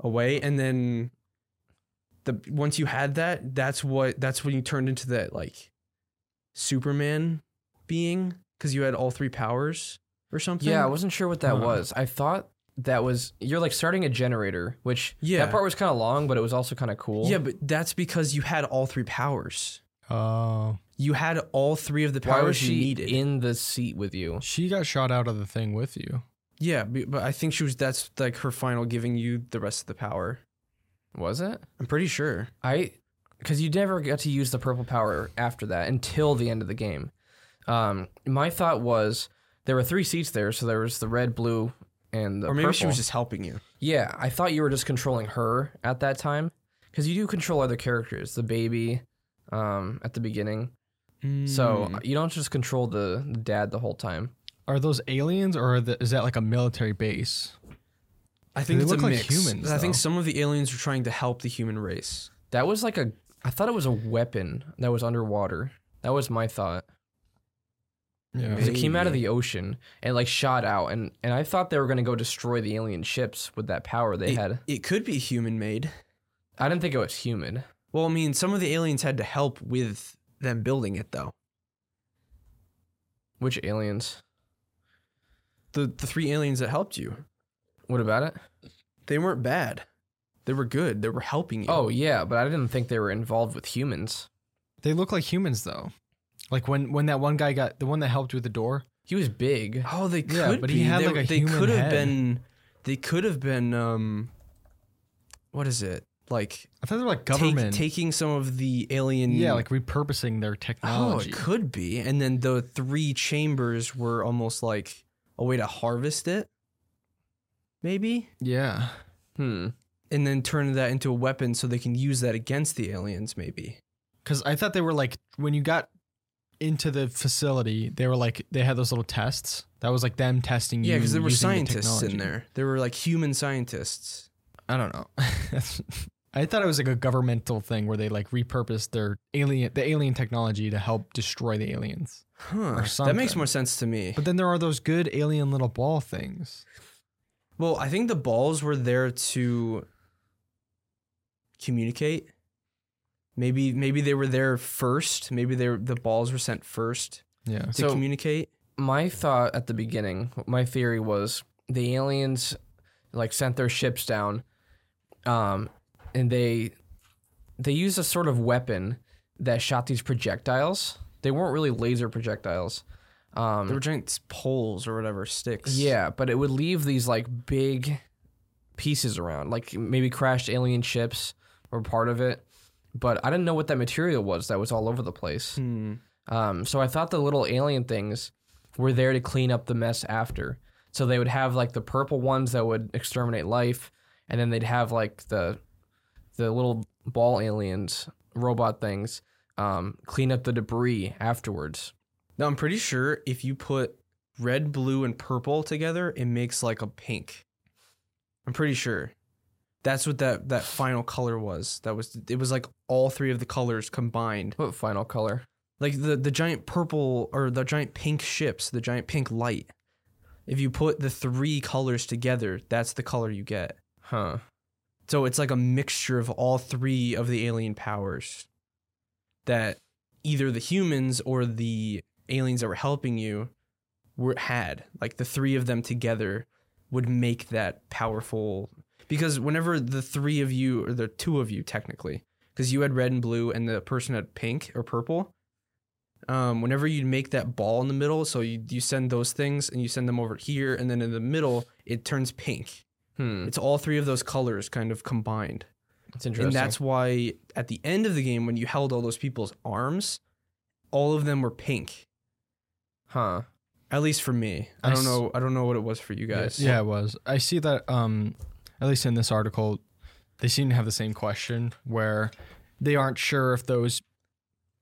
away and then the once you had that that's what that's when you turned into that like superman being because you had all three powers or something Yeah, I wasn't sure what that Huh. was. I thought that was you're like starting a generator, which Yeah. that part was kind of long, but it was also kind of cool. yeah but that's because you had all three powers Oh, you had all three of the why powers was you she needed in the seat with you? she got shot out of the thing with you. yeah b- but i think she was that's like her final giving you the rest of the power Was it? i'm pretty sure I because you never got to use the purple power after that until the end of the game. Um, my thought was there were three seats there, so there was the red, blue, and the or maybe she purple. was just helping you yeah. I thought you were just controlling her at that time because you do control other characters, the baby, um, at the beginning. Hmm. So uh, you don't just control the the dad the whole time. Are those aliens or are the, is that like a military base? i think They it's look a like mix. humans, i think though. some of the aliens are trying to help the human race That was like a. I thought it was a weapon that was underwater. That was my thought. Yeah. 'Cause it came out of Maybe. the ocean and like shot out, and and I thought they were gonna go destroy the alien ships with that power they it, had. it could be human made I didn't think it was human. well i mean some of the aliens had to help with them building it though Which aliens? the, the three aliens that helped you What about it? they weren't bad. They were good. They were helping you. Oh yeah, but I didn't think they were involved with humans. They look like humans though. Like when when that one guy got the one that helped with the door. He was big. oh, they could. Yeah, but be. he had, they, like, a they human could have head. been. They could have been. Um, what is it like? I thought they were like take- government. taking some of the alien. yeah, like repurposing their oh, it technology. could be. And then the three chambers were almost like a way to harvest it, maybe, yeah. Hmm. and then turn that into a weapon so they can use that against the aliens, maybe. Cuz I thought they were like when you got into the facility, they were like they had those little tests. That was like them testing you. Yeah, because there were using the scientists in technology. there. There were like human scientists. I don't know. I thought it was like a governmental thing where they like repurposed their alien the alien technology to help destroy the aliens. Huh. That makes something. more sense to me. But then there are those good alien little ball things. Well, I think the balls were there to communicate. Maybe maybe they were there first. Maybe they were, the balls were sent first Yeah. to So- communicate. my thought at the beginning, my theory was the aliens like sent their ships down, um, and they they used a sort of weapon that shot these projectiles. They weren't really laser projectiles. Um, They were giant poles or whatever sticks. yeah, but it would leave these like big pieces around, like maybe crashed alien ships were part of it. But I didn't know what that material was that was all over the place. Hmm. Um, so I thought the little alien things were there to clean up the mess after. So they would have like the purple ones that would exterminate life, and then they'd have like the the little ball aliens, robot things, um, clean up the debris afterwards. Now I'm pretty sure if you put red, blue, and purple together, it makes like a pink. I'm pretty sure. That's what that that final color was. That was it was like all three of the colors combined. What final color? like the the giant purple or the giant pink ships, the giant pink light. If you put the three colors together, that's the color you get. Huh. So it's like a mixture of all three of the alien powers that either the humans or the aliens that were helping you were had. Like the three of them together would make that powerful because whenever the three of you or the two of you technically because you had red and blue and the person had pink or purple um, whenever you make that ball in the middle so you, you send those things and you send them over here and then in the middle it turns pink Hmm. it's all three of those colors kind of combined. It's interesting. And that's why at the end of the game, when you held all those people's arms, all of them were pink. huh. At least for me. I, I don't s- know. I don't know what it was for you guys. Yeah, it was. I see that um at least in this article they seem to have the same question where they aren't sure if those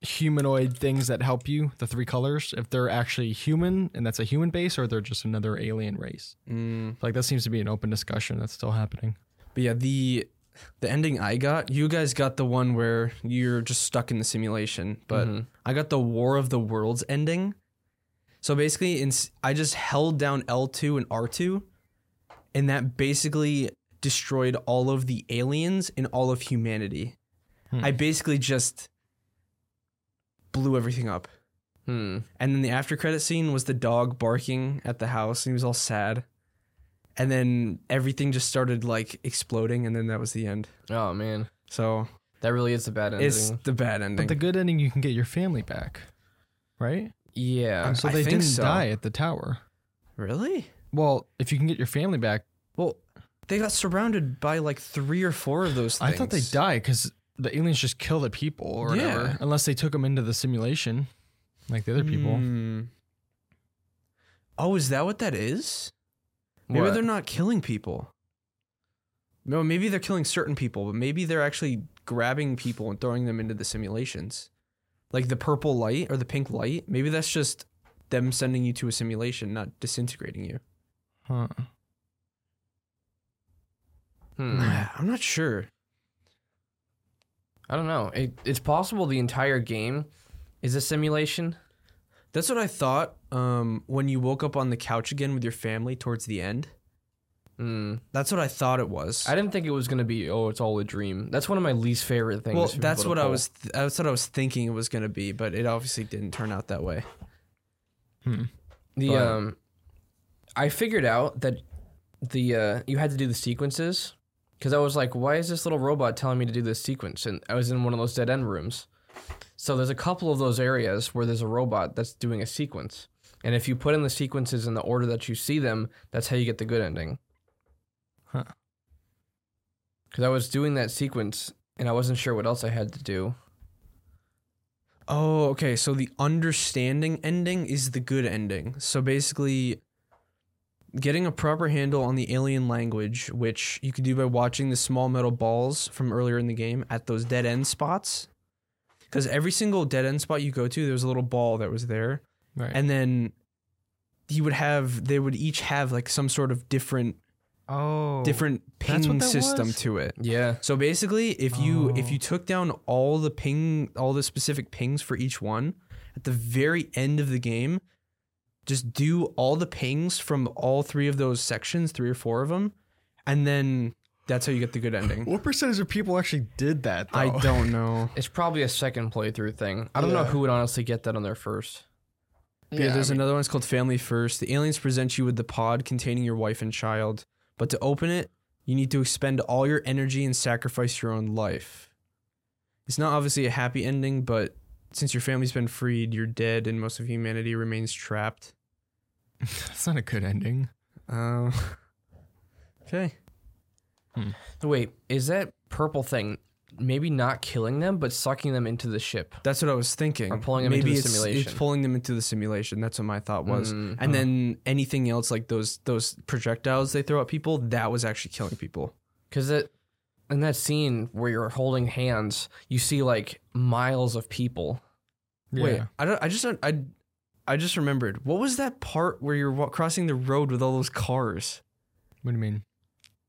humanoid things that help you, the three colors, if they're actually human and that's a human base or they're just another alien race. Mm. Like that seems to be an open discussion that's still happening. But yeah, the the ending I got, you guys got the one where you're just stuck in the simulation, but Mhm. I got the War of the Worlds ending. So basically, in, I just held down L2 and R2, and that basically destroyed all of the aliens and all of humanity. Hmm. I basically just blew everything up. Hmm. And then the after credit scene was the dog barking at the house and he was all sad. And then everything just started like exploding and then that was the end. Oh man, So that really is a bad ending. it's the bad ending. But the good ending, you can get your family back, right? yeah. So Uh, I they think didn't so. die at the tower. really? Well, if you can get your family back, Well, they got surrounded by like three or four of those things. I thought they died because the aliens just kill the people or Yeah. whatever, unless they took them into the simulation, like the other people. Hmm. Oh, is that what that is? Maybe What? they're not killing people. No, maybe they're killing certain people, but maybe they're actually grabbing people and throwing them into the simulations. Like the purple light or the pink light, maybe that's just them sending you to a simulation, not disintegrating you. Huh. Hmm. I'm not sure. I don't know. It, it's possible the entire game is a simulation. That's what I thought um, when you woke up on the couch again with your family towards the end. Hmm. That's what I thought it was. I didn't think it was gonna be. Oh, it's all a dream. That's one of my least favorite things. well, for that's people what to I pull. was. Th- that's what I was thinking it was going to be, but it obviously didn't turn out that way. The but- um, I figured out that the uh, you had to do the sequences because I was like, why is this little robot telling me to do this sequence? And I was in one of those dead end rooms. So there's a couple of those areas where there's a robot that's doing a sequence, and if you put in the sequences in the order that you see them, that's how you get the good ending. Huh. Because I was doing that sequence and I wasn't sure what else I had to do. Oh, okay. So the understanding ending is the good ending. So basically, getting a proper handle on the alien language, which you can do by watching the small metal balls from earlier in the game at those dead end spots. Because every single dead end spot you go to, there was a little ball that was there. Right. And then you would have, they would each have like some sort of different, oh, different that's what ping that system was? to it. Yeah. So basically, if you if Oh. you took down all the ping, all the specific pings for each one, at the very end of the game, just do all the pings from all three of those sections, three or four of them, and then that's how you get the good ending. What percentage of people actually did that? I don't know. It's probably a second playthrough thing. I don't know Yeah. who would honestly get that on their first. Yeah, there's another one. It's called Family First. The aliens present you with the pod containing your wife and child, but to open it, you need to expend all your energy and sacrifice your own life. It's not obviously a happy ending, but since your family's been freed, you're dead, and most of humanity remains trapped. That's not a good ending. Um, okay. Wait, is that purple thing maybe not killing them but sucking them into the ship? That's what I was thinking. Or pulling them into the it's, simulation. It's pulling them into the simulation. That's what my thought was. Mm, and then anything else, like those those projectiles they throw at people, that was actually killing people. Cuz it in that scene where you're holding hands, you see like miles of people. Wait, I don't. I just don't. I, I just remembered. What was that part where you're wa- crossing the road with all those cars? What do you mean?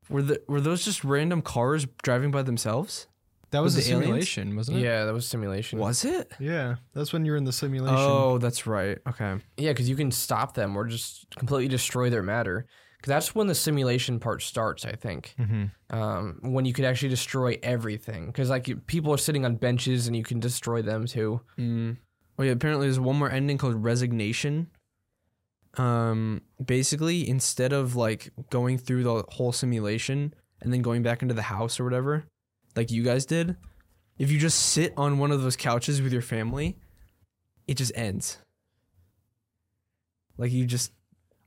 Were the were those just random cars driving by themselves? That was With a the aliens? simulation, wasn't it? Yeah, that was simulation. Was it? Yeah. That's when you're in the simulation. Oh, that's right. Okay. Yeah, cuz you can stop them or just completely destroy their matter. 'Cause that's when the simulation part starts, I think. Mm-hmm. Um, when you could actually destroy everything cuz like you- people are sitting on benches and you can destroy them too. Mm. Oh yeah. Apparently, there's one more ending called resignation. Um. Basically, instead of like going through the whole simulation and then going back into the house or whatever, like you guys did, if you just sit on one of those couches with your family, it just ends. Like you just,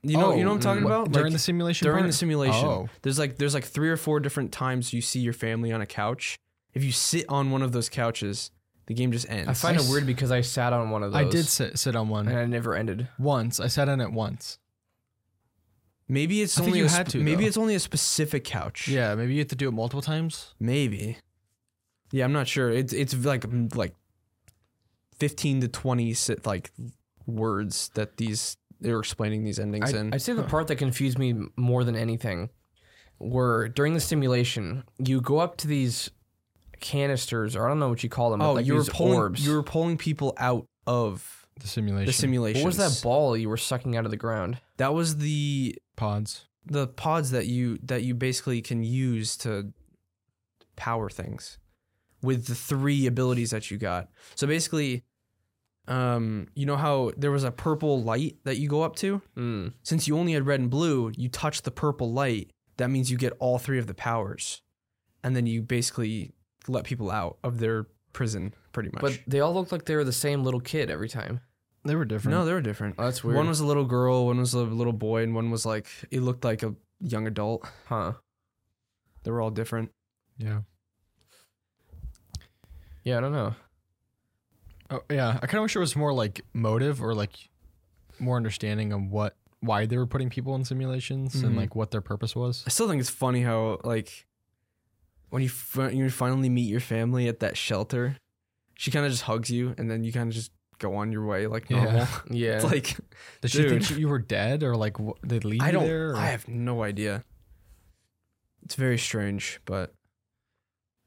you know, you know what I'm talking mm, about. Oh, During Like, the simulation. during part? the simulation Oh. there's like there's like three or four different times you see your family on a couch if you sit on one of those couches the game just ends I find I it s- weird because I sat on one of those. I did sit, sit on one and I never ended. once. I sat on it once. maybe it's I think only you a had sp- to, maybe though. it's only a specific couch Yeah. Maybe you have to do it multiple times. maybe yeah i'm not sure it's it's like mm, like fifteen to twenty si- like words that these they were explaining these endings I, in. I'd say the part that confused me more than anything were during the simulation, you go up to these canisters, or I don't know what you call them. but oh, like you were these pulling orbs. you were pulling people out of The simulation. the simulation. what was that ball you were sucking out of the ground? That was the pods. the pods that you that you basically can use to power things with the three abilities that you got. So basically, um, you know how there was a purple light that you go up to. Mm. Since you only had red and blue, you touch the purple light. That means you get all three of the powers, and then you basically let people out of their prison, pretty much. But they all looked like they were the same little kid every time. They were different. no, they were different. Oh, that's weird. One was a little girl, one was a little boy, and one was like it looked like a young adult. huh? They were all different. Yeah. Yeah, I don't know. Oh, yeah. I kind of wish there was more like motive or like more understanding of what why they were putting people in simulations and Mhm. like what their purpose was. I still think it's funny how like when you fi- you finally meet your family at that shelter, she kind of just hugs you, and then you kind of just go on your way like normal. Yeah. Yeah, It's like Did she think Dude. you were dead or like wh- they leave I you don't. there? or- I have no idea. It's very strange, but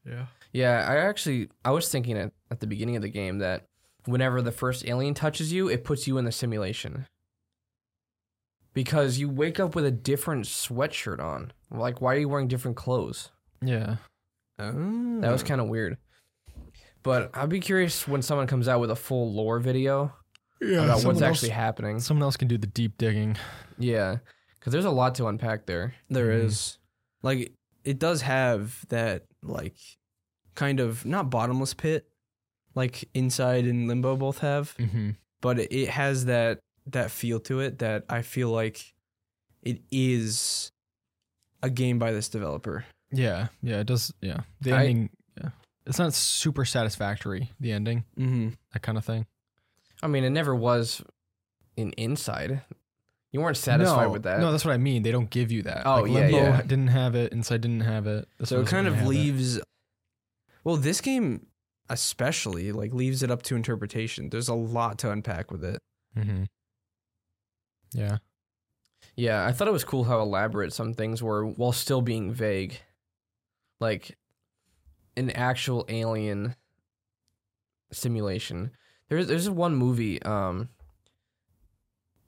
yeah. yeah. I actually, I was thinking at, at the beginning of the game that whenever the first alien touches you, it puts you in the simulation because you wake up with a different sweatshirt on. Like, why are you wearing different clothes? Yeah. That Hmm. was kind of weird. But I'd be curious when someone comes out with a full lore video Yeah. about what's actually happening. someone else can do the deep digging. Yeah, because there's a lot to unpack there. There Mhm. is Like it does have that like kind of not bottomless pit like inside and limbo both have, Mm-hmm. but it- it has that that feel to it that I feel like it is a game by this developer. Yeah. Yeah. It does. Yeah. The I- ending. Yeah. It's not super satisfactory. The ending. Mm-hmm. That kind of thing. I mean, it never was in Inside. You weren't satisfied no, with that. No, that's what I mean. They don't give you that. Oh, like, yeah, Limbo yeah. didn't have it. Inside didn't have it. This So one it kind doesn't of have leaves Well, this game especially like leaves it up to interpretation. There's a lot to unpack with it. Mm-hmm. Yeah. yeah, I thought it was cool how elaborate some things were while still being vague. Like an actual alien simulation. There's there's one movie, um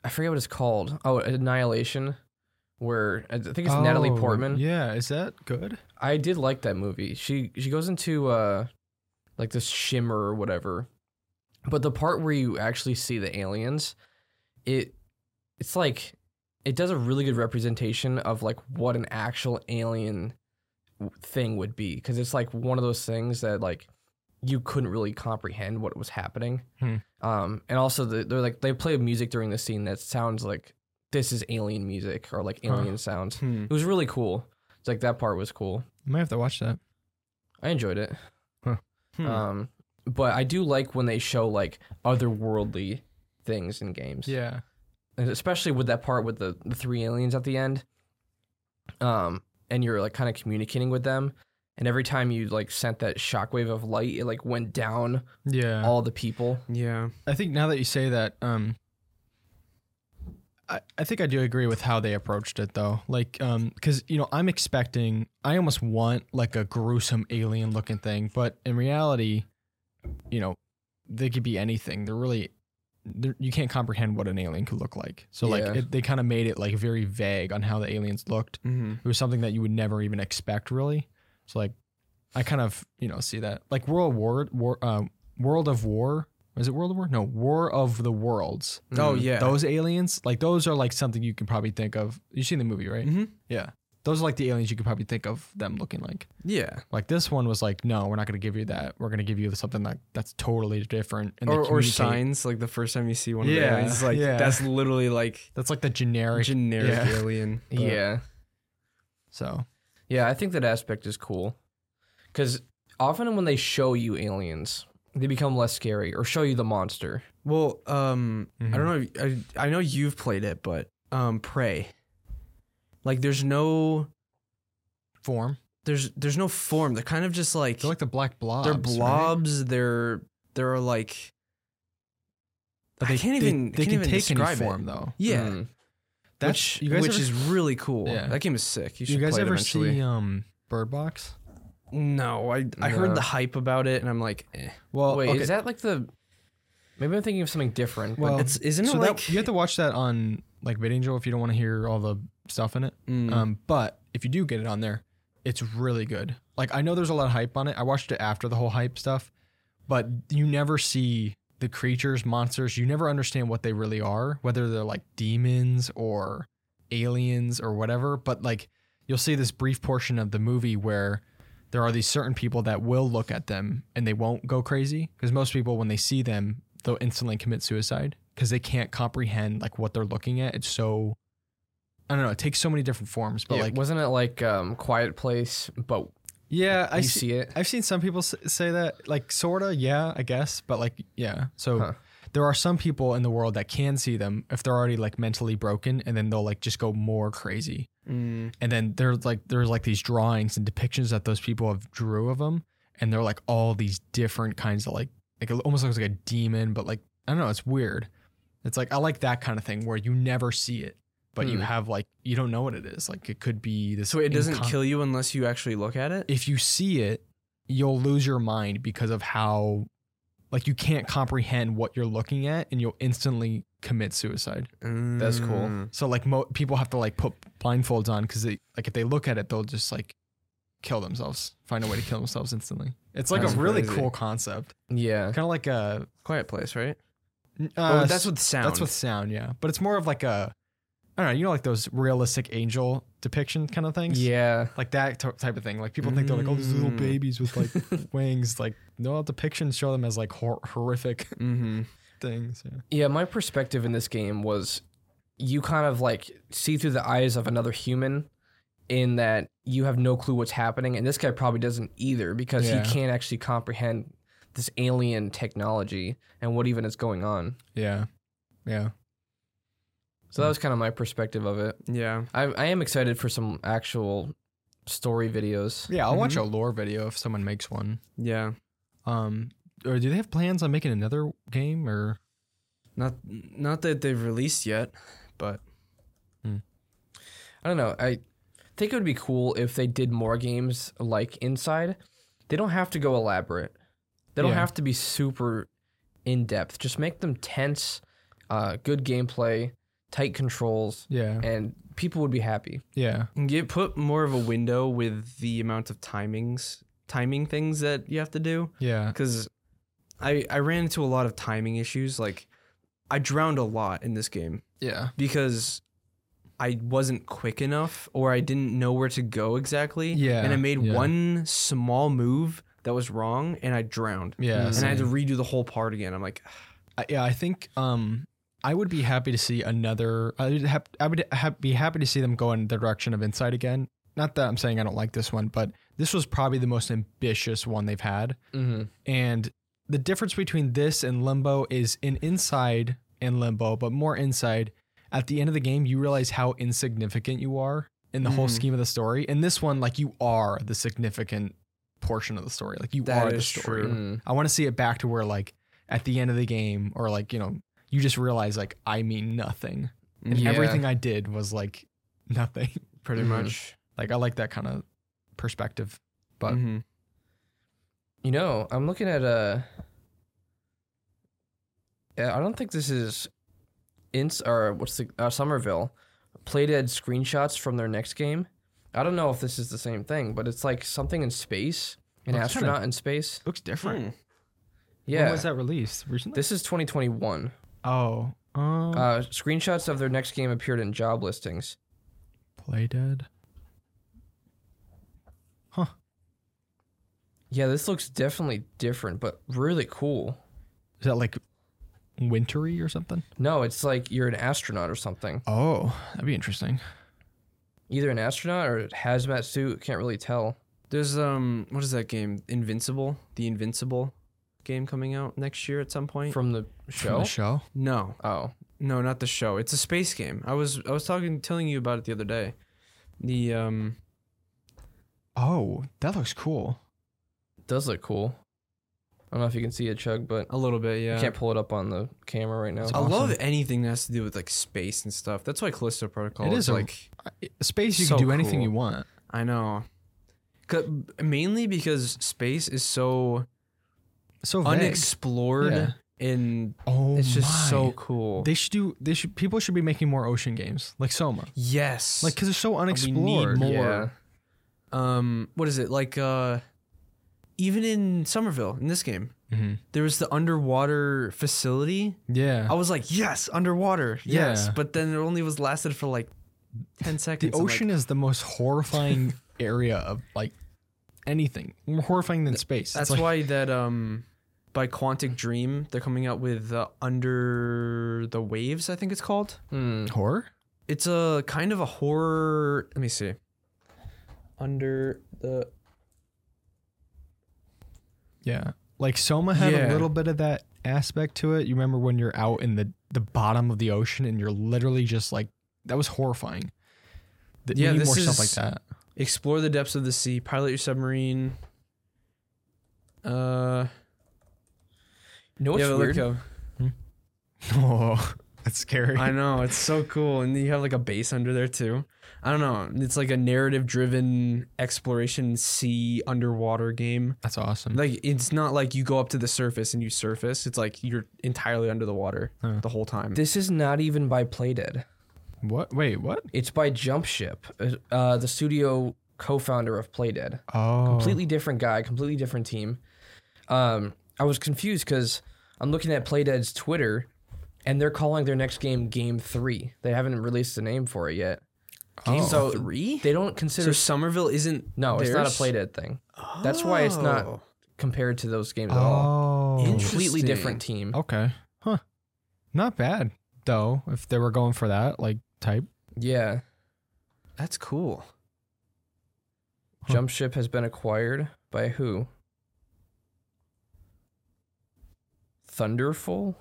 I forget what it's called. Oh, Annihilation, where I think it's Natalie Oh, Portman. Yeah. Is that good? I did like that movie. She she goes into uh like this shimmer or whatever. But the part where you actually see the aliens, it it's like it does a really good representation of like what an actual alien w- thing would be cuz it's like one of those things that like you couldn't really comprehend what was happening. Hmm. Um and also the, they're like they play music during the scene that sounds like this is alien music or like Huh. alien sounds. It was really cool. It's like that part was cool. Might have to watch that. I enjoyed it. Hmm. Um, but I do like when they show like otherworldly things in games. Yeah. And especially with that part with the, the three aliens at the end. Um, and you're like kind of communicating with them. And every time you like sent that shockwave of light, it like went down Yeah. all the people. yeah. I think now that you say that, um, I, I think I do agree with how they approached it though. Like, um, cause you know, I'm expecting, I almost want like a gruesome alien looking thing, but in reality, you know, they could be anything. They're really, they're, you can't comprehend what an alien could look like. So Yeah. like it, they kind of made it like very vague on how the aliens looked. Mm-hmm. It was something that you would never even expect really. So like, I kind of, you know, see that like World War, War, uh, World of War. Is it World of War? No, War of the Worlds. Oh Mm. yeah. Those aliens, like those are like something you can probably think of. You've seen the movie, right? hmm Yeah. Those are like the aliens you could probably think of them looking like. Yeah. Like this one was like, no, we're not going to give you that. We're going to give you something like that's totally different. And they or, or communicate. signs like the first time you see one of Yeah, the aliens it's like yeah. that's literally like That's like the generic. generic yeah. alien but- yeah. so Yeah, I think that aspect is cool. Because often when they show you aliens, they become less scary or show you the monster. well um Mhm. i don't know if- I, I know you've played it but um prey like there's no form. there's there's no form they're kind of just like They're like the black blobs. they're right? blobs they're they're like that I they can't they- even- they can't can even take any describe it. form though. Yeah, Mm. That's which you guys which ever, is really cool. Yeah. That game is sick. You should you guys play it ever eventually. see um Bird Box? um, No, I I heard No. the hype about it, and I'm like, eh. Well, Wait, okay, is that like the? Maybe I'm thinking of something different. Well, but it's isn't it so like that, you have to watch that on like VidAngel if you don't want to hear all the stuff in it. Mm. Um, but if you do get it on there, it's really good. Like I know there's a lot of hype on it. I watched it after the whole hype stuff, but you never see the creatures, monsters. You never understand what they really are, whether they're like demons or aliens or whatever. But like you'll see this brief portion of the movie where there are these certain people that will look at them and they won't go crazy because most people when they see them they'll instantly commit suicide because they can't comprehend like what they're looking at it's so i don't know it takes so many different forms but yeah, like wasn't it like um, Quiet Place? But yeah i you see see it. i've seen some people s- say that like sorta yeah i guess but like yeah so Huh. there are some people in the world that can see them if they're already like mentally broken and then they'll like just go more crazy mm, and then there's like there's like these drawings and depictions that those people have drew of them and they're like all these different kinds of like like it almost looks like a demon but like i don't know it's weird it's like i like that kind of thing where you never see it but you Hmm. have like you don't know what it is like it could be this so it doesn't incon- kill you unless you actually look at it. if you see it you'll lose your mind because of how like you can't comprehend what you're looking at and you'll instantly commit suicide That's cool. Mm. so like mo- people have to like put blindfolds on because they like if they look at it they'll just like kill themselves, find a way to kill themselves instantly. It's like That's a really crazy. cool concept, Yeah. kind of like a. Quiet Place, right? n- oh, uh, that's with sound. that's with sound, yeah. But it's more of like a, I don't know, you know, like those realistic angel depiction kind of things. Yeah. Like that t- type of thing. Like people think they're like, oh, these little Mm. babies with like wings. Like no depictions show them as like hor- horrific Mm-hmm. things. Yeah. Yeah, my perspective in this game was you kind of like see through the eyes of another human in that you have no clue what's happening and this guy probably doesn't either because Yeah. he can't actually comprehend this alien technology and what even is going on. Yeah. Yeah. So Hmm. that was kind of my perspective of it. Yeah. I I am excited for some actual story videos. Yeah. I'll watch Mhm. a lore video if someone makes one. Yeah. Um, or do they have plans on making another game or? Not not that they've released yet, but I don't know. I think it would be cool if they did more games like Inside. They don't have to go elaborate. They don't Yeah. have to be super in depth. Just make them tense, uh, good gameplay, tight controls, Yeah. and people would be happy. Yeah. get put more of a window with the amount of timings, timing things that you have to do. Yeah. Because I I ran into a lot of timing issues. Like I drowned a lot in this game. Yeah. because I wasn't quick enough or I didn't know where to go exactly. Yeah, And I made yeah. one small move that was wrong and I drowned. Yeah. And I had to redo the whole part again. I'm like, I, yeah, I think um, I would be happy to see another. I would, hap I would ha- be happy to see them go in the direction of Inside again. Not that I'm saying I don't like this one, but this was probably the most ambitious one they've had. Mm-hmm. And the difference between this and Limbo is in Inside and Limbo, but more Inside. At the end of the game, you realize how insignificant you are in the whole Mhm. scheme of the story. In this one, like you are the significant portion of the story. Like you That are the is story. true. I want to see it back to where like at the end of the game or like, you know, you just realize like I mean nothing. And Yeah. everything I did was like nothing. pretty Mhm. much. like I like that kind of perspective. But- Mhm. You know, I'm looking at a. Yeah, I don't think this is, ins or what's the uh, Somerville, Playdead screenshots from their next game. I don't know if this is the same thing, but it's like something in space, an Looks kinda- astronaut in space. Looks different. Hmm. When Yeah, was that released? Recently? this is 2021. oh. Um Uh, screenshots of their next game appeared in job listings. Play Dead. Yeah, this looks definitely different, but really cool. Is that like wintry or something? No, it's like you're an astronaut or something. Oh, that'd be interesting. Either an astronaut or a hazmat suit. Can't really tell. There's um what is that game? Invincible? The Invincible game coming out next year at some point? From the show? From the show? no. Oh. No, not the show. It's a space game. I was I was talking telling you about it the other day. The um Oh, that looks cool. does look cool. I don't know if you can see it, Chug, but A little bit, yeah. I can't pull it up on the camera right now. I love anything that has to do with like space and stuff. That's why Callisto Protocol It is, is a- like Space, you So can do anything cool. you want. I know. 'Cause- Mainly because space is so So vague. unexplored Yeah. and oh, it's just so my. cool. They should do. They should. People should be making more ocean games like Soma, yes. like because they're so we unexplored. need more. Yeah. Um what is it? Like uh even in Somerville in this game, Mhm. there was the underwater facility. Yeah. I was like, "Yes, underwater." Yes, Yeah. but then it only was lasted for like 10 The seconds. I'm like, ocean is the most horrifying area of like anything. More horrifying than space. That's why that um by Quantic Dream they're coming out with uh, Under the Waves I think it's called. Hmm. horror. It's a kind of a horror. Let me see. Under the Yeah. Like Soma had Yeah. a little bit of that aspect to it. You remember when you're out in the the bottom of the ocean and you're literally just like that was horrifying. Th- we Yeah, need this more stuff like is- that. explore the depths of the sea, pilot your submarine. Uh, You know what's yeah, but weird? look how- Oh, that's scary. I know it's so cool, and you have like a base under there too. I don't know. It's like a narrative-driven exploration sea underwater game. that's awesome. Hmm. Like it's not like you go up to the surface and you surface. It's like you're entirely under the water Huh. the whole time. This is not even by Playdead. what? Wait, what? It's by Jump Ship, uh, the studio co-founder of Playdead. Oh, Completely different guy, completely different team. Um, I was confused because I'm looking at Playdead's Twitter, and they're calling their next game Game Three. They haven't released a name for it yet. Oh. so three. They don't So consider. Somerville isn't. no, it's not a theirs? Playdead thing. That's why it's not Oh. compared to those games at all. Oh, Completely different team. okay, huh? Not bad though. If they were going for that like type, Yeah, That's cool. Huh. Jump Ship has been acquired by who? Thunderful.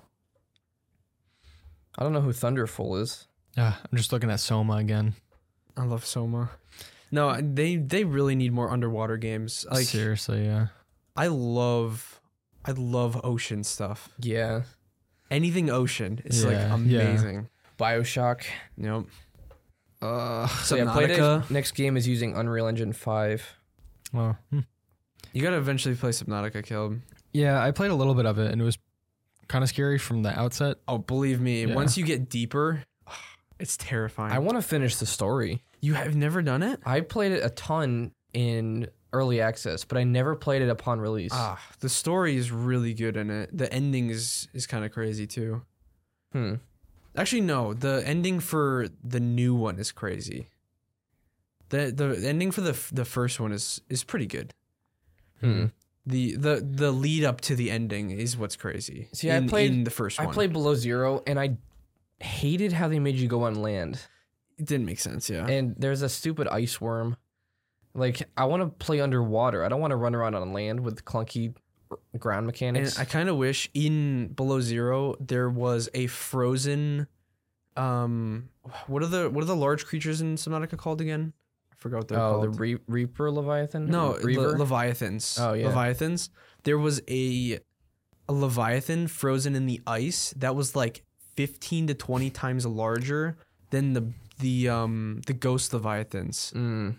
I don't know who Thunderful is. yeah. Ah, I'm just looking at Soma again. I love Soma. No, they they really need more underwater games. Like Seriously, yeah. I love, I love ocean stuff. Yeah, Anything ocean is like Yeah, yeah. amazing. Bioshock. Yep. Uh, So yeah, Playdead's next game is using Unreal Engine Five. Well, hmm. You gotta eventually play Subnautica, Caleb. yeah. I played a little bit of it and it was kind of scary from the outset. Oh, believe me. Yeah. Once you get deeper, it's terrifying. I want to finish the story. you have never done it? I played it a ton in early access, but I never played it upon release. Ah, the story is really good in it. The ending is is kind of crazy too. Hmm. Actually, no, the ending for the new one is crazy. The the ending for the f- the first one is is pretty good. Hmm. The the the lead up to the ending is what's crazy. See, I in, played- in the first I one. played Below Zero, and I hated how they made you go on land. It didn't make sense. Yeah. and there's a stupid ice worm. Like I want to play underwater. I don't want to run around on land with clunky r- ground And mechanics. I kind of wish in Below Zero there was a frozen. Um, what are the what are the large creatures in Subnautica called again? I forgot what they're oh, called. the re- Reaper Leviathan. no, Re- le- Reaver. leviathans. Oh, yeah. leviathans. There was a, a leviathan frozen in the ice that was like fifteen to twenty times larger than the the um the ghost leviathans. Mm.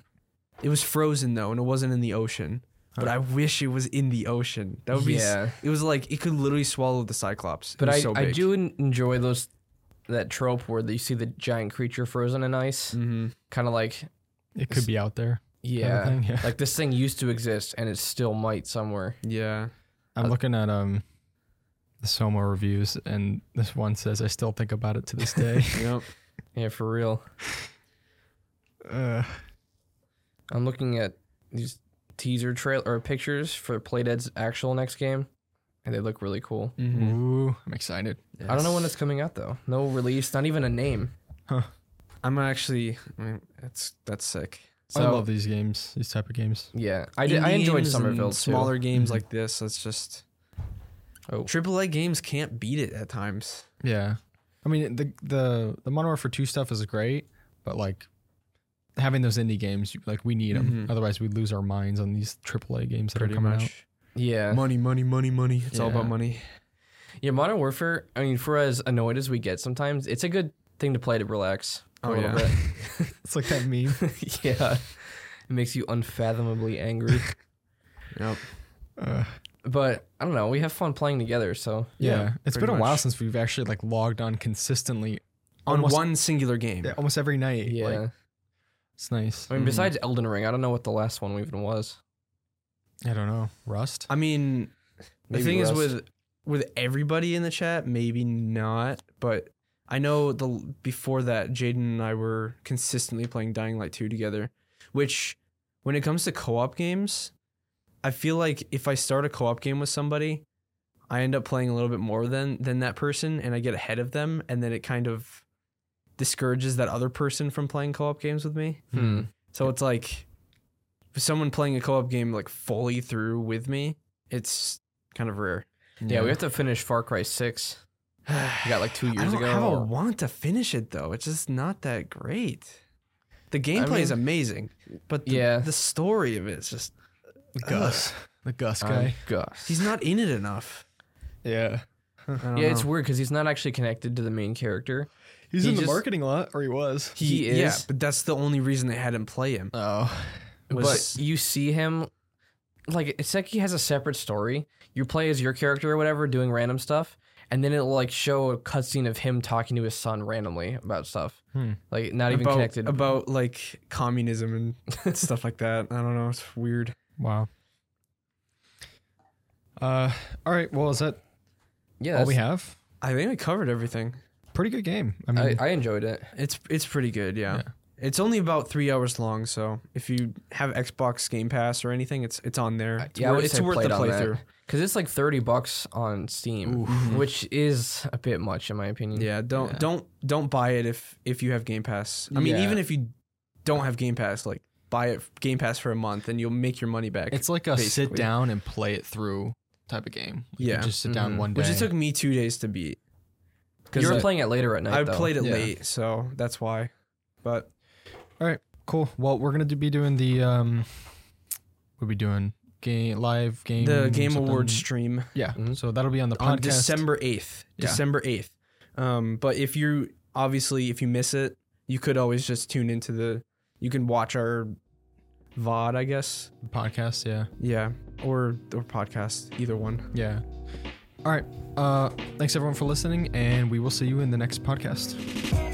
It was frozen though, and it wasn't in the ocean. But I wish it was in the ocean. That would be. s- Yeah. It was like it could literally swallow the cyclops. It But was I, so I big. do en- enjoy those that trope where you see the giant creature frozen in ice, Mhm. kind of like It could be out there. yeah, thing, yeah. like this thing used to exist and it still might somewhere. Yeah. I'm looking at um the Soma reviews, and this one says, "I still think about it to this day." Yep. Yeah, for real. uh, I'm looking at these teaser trail or pictures for Playdead's actual next game, and they look really cool. Mhm. ooh, Mm-hmm. I'm excited. Mm-hmm. I don't know when it's coming out though. No release, not even a name. I'm actually. I mean, that's that's sick. I So- love these games, these type of games. Yeah, I did. I enjoyed Indies and Somerville too. Mm-hmm. Smaller games like this, it's just Oh. AAA games can't beat it at times. Yeah, I mean the the the Modern Warfare Two stuff is great, but like having those indie games, you- like we need them. Mhm. Mm-hmm. Otherwise, we lose our minds on these AAA games that are Pretty coming much. out. Yeah. Money, money, money, money. It's all Yeah. about money. Yeah, Modern Warfare, I mean, for as annoyed as we get sometimes, it's a good thing to play to relax. Oh, a little yeah. It's like that meme. bit. yeah. It makes you unfathomably angry. Yep. Uh, but I don't know, we have fun playing together, so yeah, Yeah, it's pretty been a while much. since we've actually like logged on consistently On Almost- one singular game. yeah, almost every night. yeah. like, it's nice. I mean, Mhm. besides Elden Ring, I don't know what the last one even was. I don't know. Rust. I mean, the Maybe thing is Rust. with with everybody in the chat, maybe not, but I know the before that Jaden and I were consistently playing Dying Light 2 together, which when it comes to co-op games, I feel like if I start a co-op game with somebody, I end up playing a little bit more than than that person and I get ahead of them and then it kind of discourages that other person from playing co-op games with me. Hmm. So it's like for someone playing a co-op game like fully through with me, it's kind of rare. Yeah. we have to finish Far Cry 6. We got like two I years don't ago. have a or- want to finish it though. It's just not that great. The gameplay is mean- amazing, but the, Yeah. the story of it is just the Gus, the Gus I'm guy. Gus. he's not in it enough. yeah, I don't Um, yeah, it's know. weird because he's not actually connected to the main character. he's He in the just- marketing lot, or he was. He, Yeah, is. Uh, but that's the only reason they had him play him. Oh, Was- but you see him like it's like he has a separate story. You play as your character or whatever doing random stuff, and then it'll like show a cutscene of him talking to his son randomly about stuff. Hmm. Like not even about, connected. about like communism and stuff like that. I don't know. It's weird. wow. Uh, all right. Well, is that yeah, all we that's- have? I think we covered everything. Pretty good game. I mean, I, I enjoyed it. It's it's pretty good, yeah. Yeah. It's only about three hours long, so if you have Xbox Game Pass or anything, it's it's on there. It's yeah, I wor- would it's say worth the played on that. playthrough. Cause it's like thirty bucks on Steam, which is a bit much in my opinion. Yeah, don't Yeah. don't don't buy it if if you have Game Pass. I mean, Yeah. even if you don't have Game Pass, like buy it Game Pass for a month and you'll make your money back. it's like a sit basically. down and play it through type of game. Like, you Yeah. just sit down Mhm. one day. which it took me two days to beat. you were I- playing it later at night. I though. played it Yeah. late, so that's why. But Cool. Well, we're gonna do- be doing the um, we'll be doing game live game the Game Awards something. stream Yeah. Mhm. So that'll be on the podcast. on December 8th. Yeah. December 8th. Um, but if you obviously if you miss it, you could always just tune into the you can watch our VOD, I guess. podcast. Yeah. Yeah. Or or podcast, either one. Yeah. All right. Uh, thanks everyone for listening, and we will see you in the next podcast. Thank